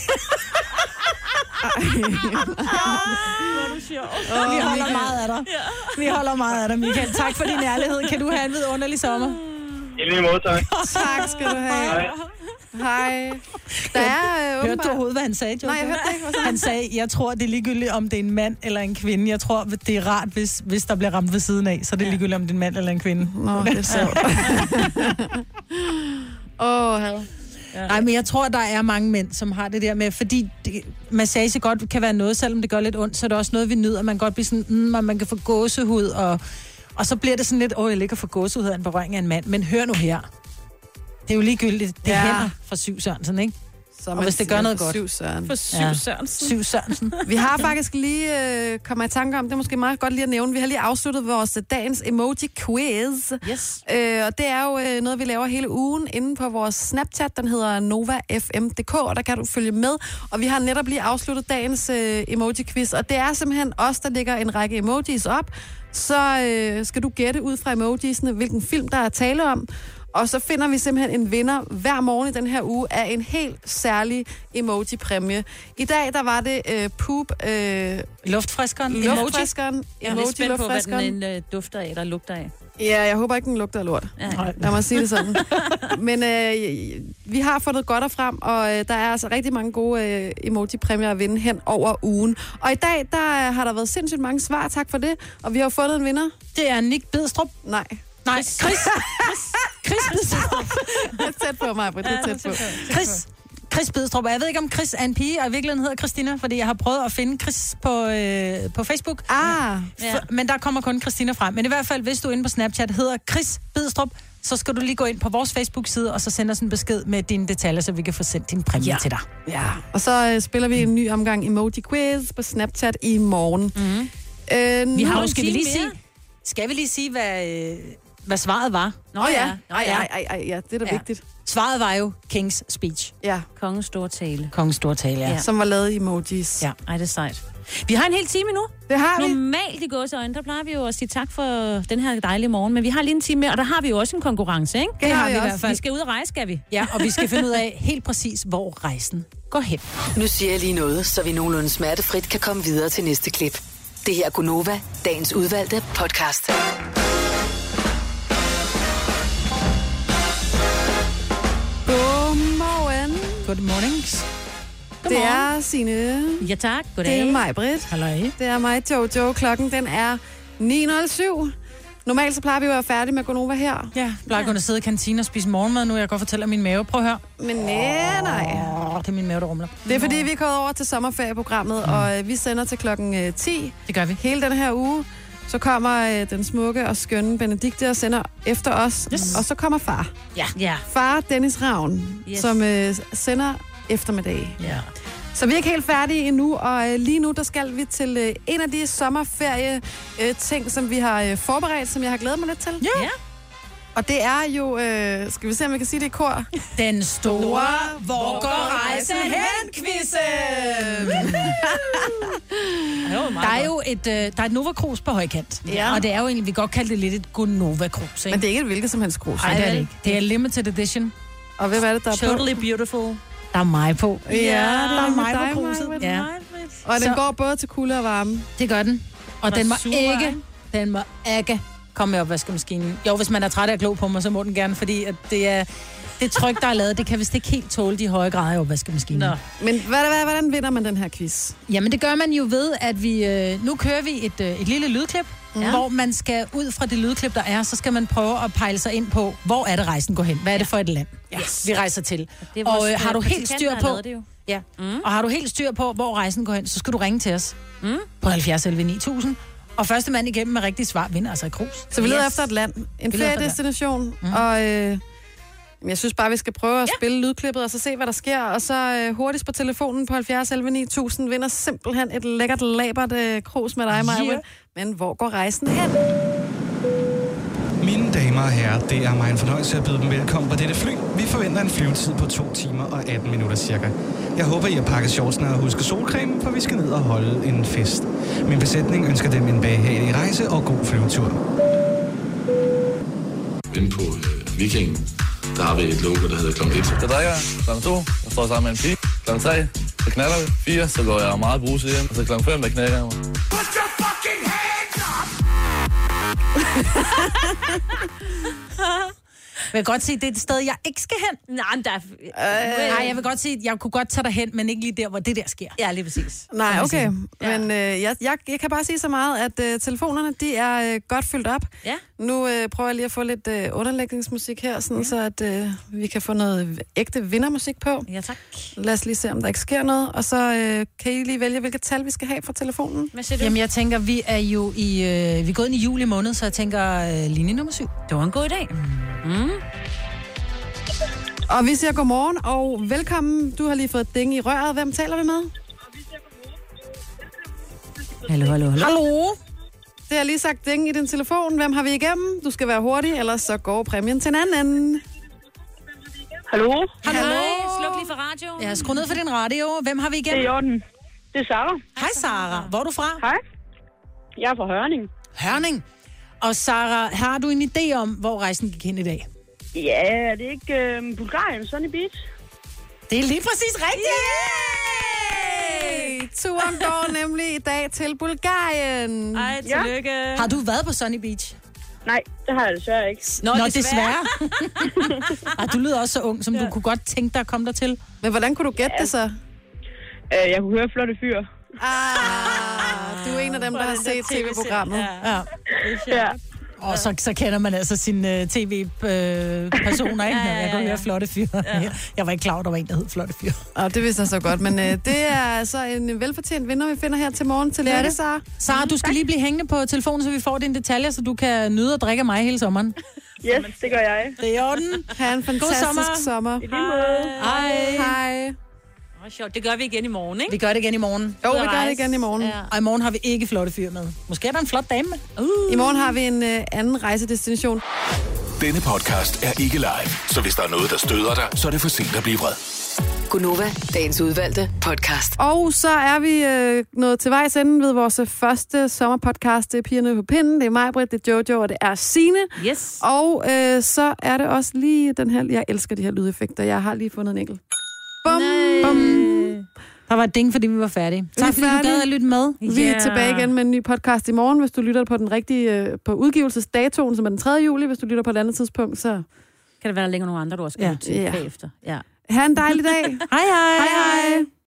Oh, vi holder meget af dig. Vi holder meget af dig, Michael. Tak for din ærlighed. Kan du have en vidunderlig sommer? I lige måde, tak. Tak skal du have. Hej. Hej. Der er øh, Hørte du åbenbart... overhovedet, hvad han sagde, Jojo? Nej, jeg hørte det ikke. Hvad Han sagde, jeg tror, det er ligegyldigt, om det er en mand eller en kvinde. Jeg tror, det er rart, hvis, hvis der bliver ramt ved siden af, så er det er ligegyldigt, om det er en mand eller en kvinde. Nå, det er sjovt. Åh, oh, Ja. Nej, men jeg tror, at der er mange mænd, som har det der med, fordi det, massage godt kan være noget, selvom det gør lidt ondt, så er det også noget, vi nyder. Man kan godt blive sådan, mm, og man kan få gåsehud, og, og så bliver det sådan lidt, åh, jeg ligger for gåsehud af en berøring af en mand. Men hør nu her. Det er jo ligegyldigt. Det Ja. ja. hænder for syv Sørensen, ikke? Så og man hvis det gør siger noget for godt. Syv Sørensen. For Syv Sørensen. Syv Sørensen. Vi har faktisk lige øh, kommet i tanke om, det er måske meget godt lige at nævne, vi har lige afsluttet vores øh, dagens emoji quiz. Yes. Øh, og det er jo øh, noget, vi laver hele ugen inde på vores Snapchat, den hedder NovaFM.dk, og der kan du følge med. Og vi har netop lige afsluttet dagens øh, emoji quiz, og det er simpelthen os, der lægger en række emojis op. Så øh, skal du gætte ud fra emojisene, hvilken film der er tale om. Og så finder vi simpelthen en vinder hver morgen i den her uge af en helt særlig emoji-præmie. I dag, der var det øh, poop... Øh, Luftfriskeren. Luftfriskeren. Jeg er lidt Emoji spændt på, hvad luftfriskeren. den øh, dufter af, eller lugter af. Ja, jeg håber ikke, den lugter af lort. Ja. Lad mig sige det sådan. Men øh, vi har fundet godt og frem, og øh, der er altså rigtig mange gode øh, emoji-præmier at vinde hen over ugen. Og i dag, der øh, har der været sindssygt mange svar, tak for det. Og vi har jo fundet en vinder. Det er Nick Bidstrup. Nej, Nej, Chris. Chris. Chris Bidstrup. det er tæt på mig, Britt. Det er tæt på. Chris. Chris Bidstrup. Og jeg ved ikke, om Chris er en pige, og i virkeligheden hedder Christina, fordi jeg har prøvet at finde Chris på, øh, på Facebook. Ah, Ja. F- men der kommer kun Christina frem. Men i hvert fald, hvis du er inde på Snapchat hedder Chris Bidstrup, så skal du lige gå ind på vores Facebook-side, og så sende os en besked med dine detaljer, så vi kan få sendt din præmie ja. til dig. ja. Og så øh, spiller vi en ny omgang emoji-quiz på Snapchat i morgen. Mm. Øh, Vi har nu- jo, skal vi time lige sige, mere. skal vi lige sige, hvad, øh, hvad svaret var? Nå ja, nej, nej, nej, nej, ja, det er da Ja. vigtigt. Svaret var jo Kings Speech. Ja, Kongens store tale. Kongens stortale, ja. Ja. ja. som var lavet i emojis. Ja. Ej, det er sejt. Vi har en hel time nu. Det har vi. Normalt i gåseøjne, der plejer vi jo at sige tak for den her dejlige morgen, men vi har lige en time mere, og der har vi jo også en konkurrence, ikke? Det har vi i også. hvert Vi fald. skal ud og rejse, skal vi? Ja, og vi skal finde ud af helt præcis, hvor rejsen går hen. Nu siger jeg lige noget, så vi nogenlunde smertefrit kan komme videre til næste klip. Det her er Gunova, dagens udvalgte podcast. Godmorgen. Good mornings. Det er Signe. Ja tak, goddag. Det er mig, Britt. Halløj. Det er mig, Jojo. Klokken den er 9.07. Normalt så plejer vi jo at være færdige med Gonova her. Ja, plejer kun at sidde i kantinen og spise morgenmad nu. Jeg kan godt fortælle om min mave. Prøv at høre. Men nej, nej. Åh, det er min mave, der rumler. Det er fordi, vi er kommet over til sommerferieprogrammet, og øh, vi sender til klokken øh, 10 Det gør vi. hele den her uge. Så kommer øh, den smukke og skønne Benedikte og sender efter os. Yes. Og så kommer far. Ja. Far Dennis Ravn, yes. Yes. som øh, sender eftermiddag. Ja. Så vi er ikke helt færdige endnu, og øh, lige nu der skal vi til øh, en af de sommerferie-ting, som vi har øh, forberedt, som jeg har glædet mig lidt til. Ja. Ja. Og det er jo, øh, skal vi se, om jeg kan sige det i kor? Den store, hvor går rejsen hen, quizzen? Der er jo et, øh, der er et Nova Cruz på højkant. Ja. Og det er jo egentlig, vi kan godt kalde det lidt et Gunova Cruz, ikke? Men det er ikke et hvilket som helst krus. Nej, det er det ikke. Det er limited edition. Og hvem er det, der er på? beautiful. Der er mig på. Ja, der er mig på Bruset. kruset. Ja, Og den Så- går både til kulde og varme. det gør den. Og den må sur, ikke, ikke? den må ikke komme med opvaskemaskinen. Jo, hvis man er træt af at glo på mig, så må den gerne, fordi at det er det tryk, der er lavet, det kan vist ikke helt tåle de høje grader i opvaskemaskinen. Nå. Men hvad, hvad, hvordan vinder man den her quiz? Jamen det gør man jo ved, at vi øh, nu kører vi et, øh, et lille lydklip, ja. hvor man skal ud fra det lydklip, der er, så skal man prøve at pejle sig ind på, hvor er det rejsen går hen? Hvad er det for et land, yes. vi rejser til? Det er vores, Og øh, har øh, du helt praktikant, der styr har på, lavet det jo. ja, mm. og har du helt styr på, hvor rejsen går hen, så skal du ringe til os mm. på 70 11 9000. Og første mand igennem med rigtig svar vinder altså i krus. Så vi leder efter et land, en leder efter feriedestination, mm. og øh, jamen, jeg synes bare, vi skal prøve at spille lydklippet, og så se, hvad der sker, og så øh, hurtigst på telefonen på 70 11 9000 vinder simpelthen et lækkert labert øh, krus med dig, Maja. Yeah. Men hvor går rejsen hen? Mine damer og herrer, det er mig en fornøjelse at byde dem velkommen på dette fly. Vi forventer en flyvetid på 2 timer og 18 minutter cirka. Jeg håber, I har pakket shortsene og husker solcreme, for vi skal ned og holde en fest. Min besætning ønsker dem en behagelig rejse og god flyvetur. Inde på øh, Vikingen, der har vi et logo, der hedder Klom 1. Så drikker jeg klokken to, jeg står sammen med en pige. Klokken tre, så knaller vi. Fire, så går jeg meget bruset hjem. Og så klokken fem, der knækker jeg mig. vil godt sige, det er et sted, jeg ikke skal hen. Øh. Nej, men der er... Nej, jeg vil godt sige, jeg kunne godt tage dig hen, men ikke lige der, hvor det der sker. Ja, lige præcis. Nej, okay. Men øh, jeg, jeg, jeg kan bare sige så meget, at øh, telefonerne, de er øh, godt fyldt op. Ja. Nu øh, prøver jeg lige at få lidt øh, underlægningsmusik her, sådan, ja. så at øh, vi kan få noget ægte vindermusik på. Ja, tak. Lad os lige se, om der ikke sker noget. Og så øh, kan I lige vælge, hvilket tal vi skal have fra telefonen. Hvad siger Jamen, jeg tænker, vi er jo i, øh, vi er gået ind i juli måned, så jeg tænker øh, linje nummer syv. Det var en god dag. Mm. Og vi siger godmorgen og velkommen. Du har lige fået et ding i røret. Hvem taler vi med? Hallo, hallo, hallo. Hallo? Det har lige sagt ding i din telefon. Hvem har vi igennem? Du skal være hurtig, ellers så går præmien til en anden. Hallo? Hallo? Hej, sluk lige for radioen. Ja, skru ned for din radio. Hvem har vi igen? Det er Jorden. Det er Sarah. Hej, Sara. Hvor er du fra? Hej. Jeg er fra Hørning. Hørning. Og Sara, har du en idé om, hvor rejsen gik hen i dag? Ja, er det ikke øh, Bulgarien, Sunny Beach? Det er lige præcis rigtigt. Hey! Turen går nemlig i dag til Bulgarien. Ej, tillykke. Ja. Har du været på Sunny Beach? Nej, det har jeg desværre ikke. Nå, Nå desværre. Ej, du lyder også så ung, som ja. du kunne godt tænke dig at komme dertil. Men hvordan kunne du gætte det så? Øh, jeg kunne høre flotte fyr. Ah, du er en af dem, der har set tv-programmet. Ja. Ja. Og så, så kender man altså sine uh, tv-personer, øh, ikke? ja, ja, ja. Jeg kan høre flotte fyre. Ja. Mm, Jeg var ikke klar over, der var en, der hed flotte fyre. Og det vidste jeg så godt, men øh, det er altså en velfortjent vinder, vi finder her til morgen. Tillykke, det. Sara. Sara, du skal lige blive hængende på telefonen, så vi får dine detaljer, så du kan nyde og drikke af mig hele sommeren. Yes, det gør jeg. Det er i orden. Ha' en fantastisk sommer. sommer. I lige måde. Hej. Hej. Åh, sjovt. Det gør vi igen i morgen, ikke? Vi gør det igen i morgen. Jo, Ud at vi gør det rejse. igen i morgen. Ja. Og i morgen har vi ikke flotte fyre med. Måske er der en flot dame med. I morgen har vi en øh, anden rejsedestination. Denne podcast er ikke live, så hvis der er noget, der støder dig, så er det for sent at blive vred. Gunova, dagens udvalgte podcast. Og så er vi øh, nået til vejs ende ved vores øh, første sommerpodcast. Det er Pigerne på Pinden, det er mig, Britt, det er Jojo, og det er Sine. Yes. Og øh, så er det også lige den her... Jeg elsker de her lydeffekter. Jeg har lige fundet en enkelt. Bum, bum. Der var et ding, fordi vi var færdige. er Tak fordi du færdige. gad at lytte med. Vi er tilbage igen med en ny podcast i morgen. Hvis du lytter på den rigtige... øh, På udgivelsesdatoen, som er den 3. juli. Hvis du lytter på et andet tidspunkt, så... Kan det være, der ligger nogle andre, du også skal Ja. ja. til Ja. bagefter? Ja. Ha' en dejlig dag. Hej hej. hej hej.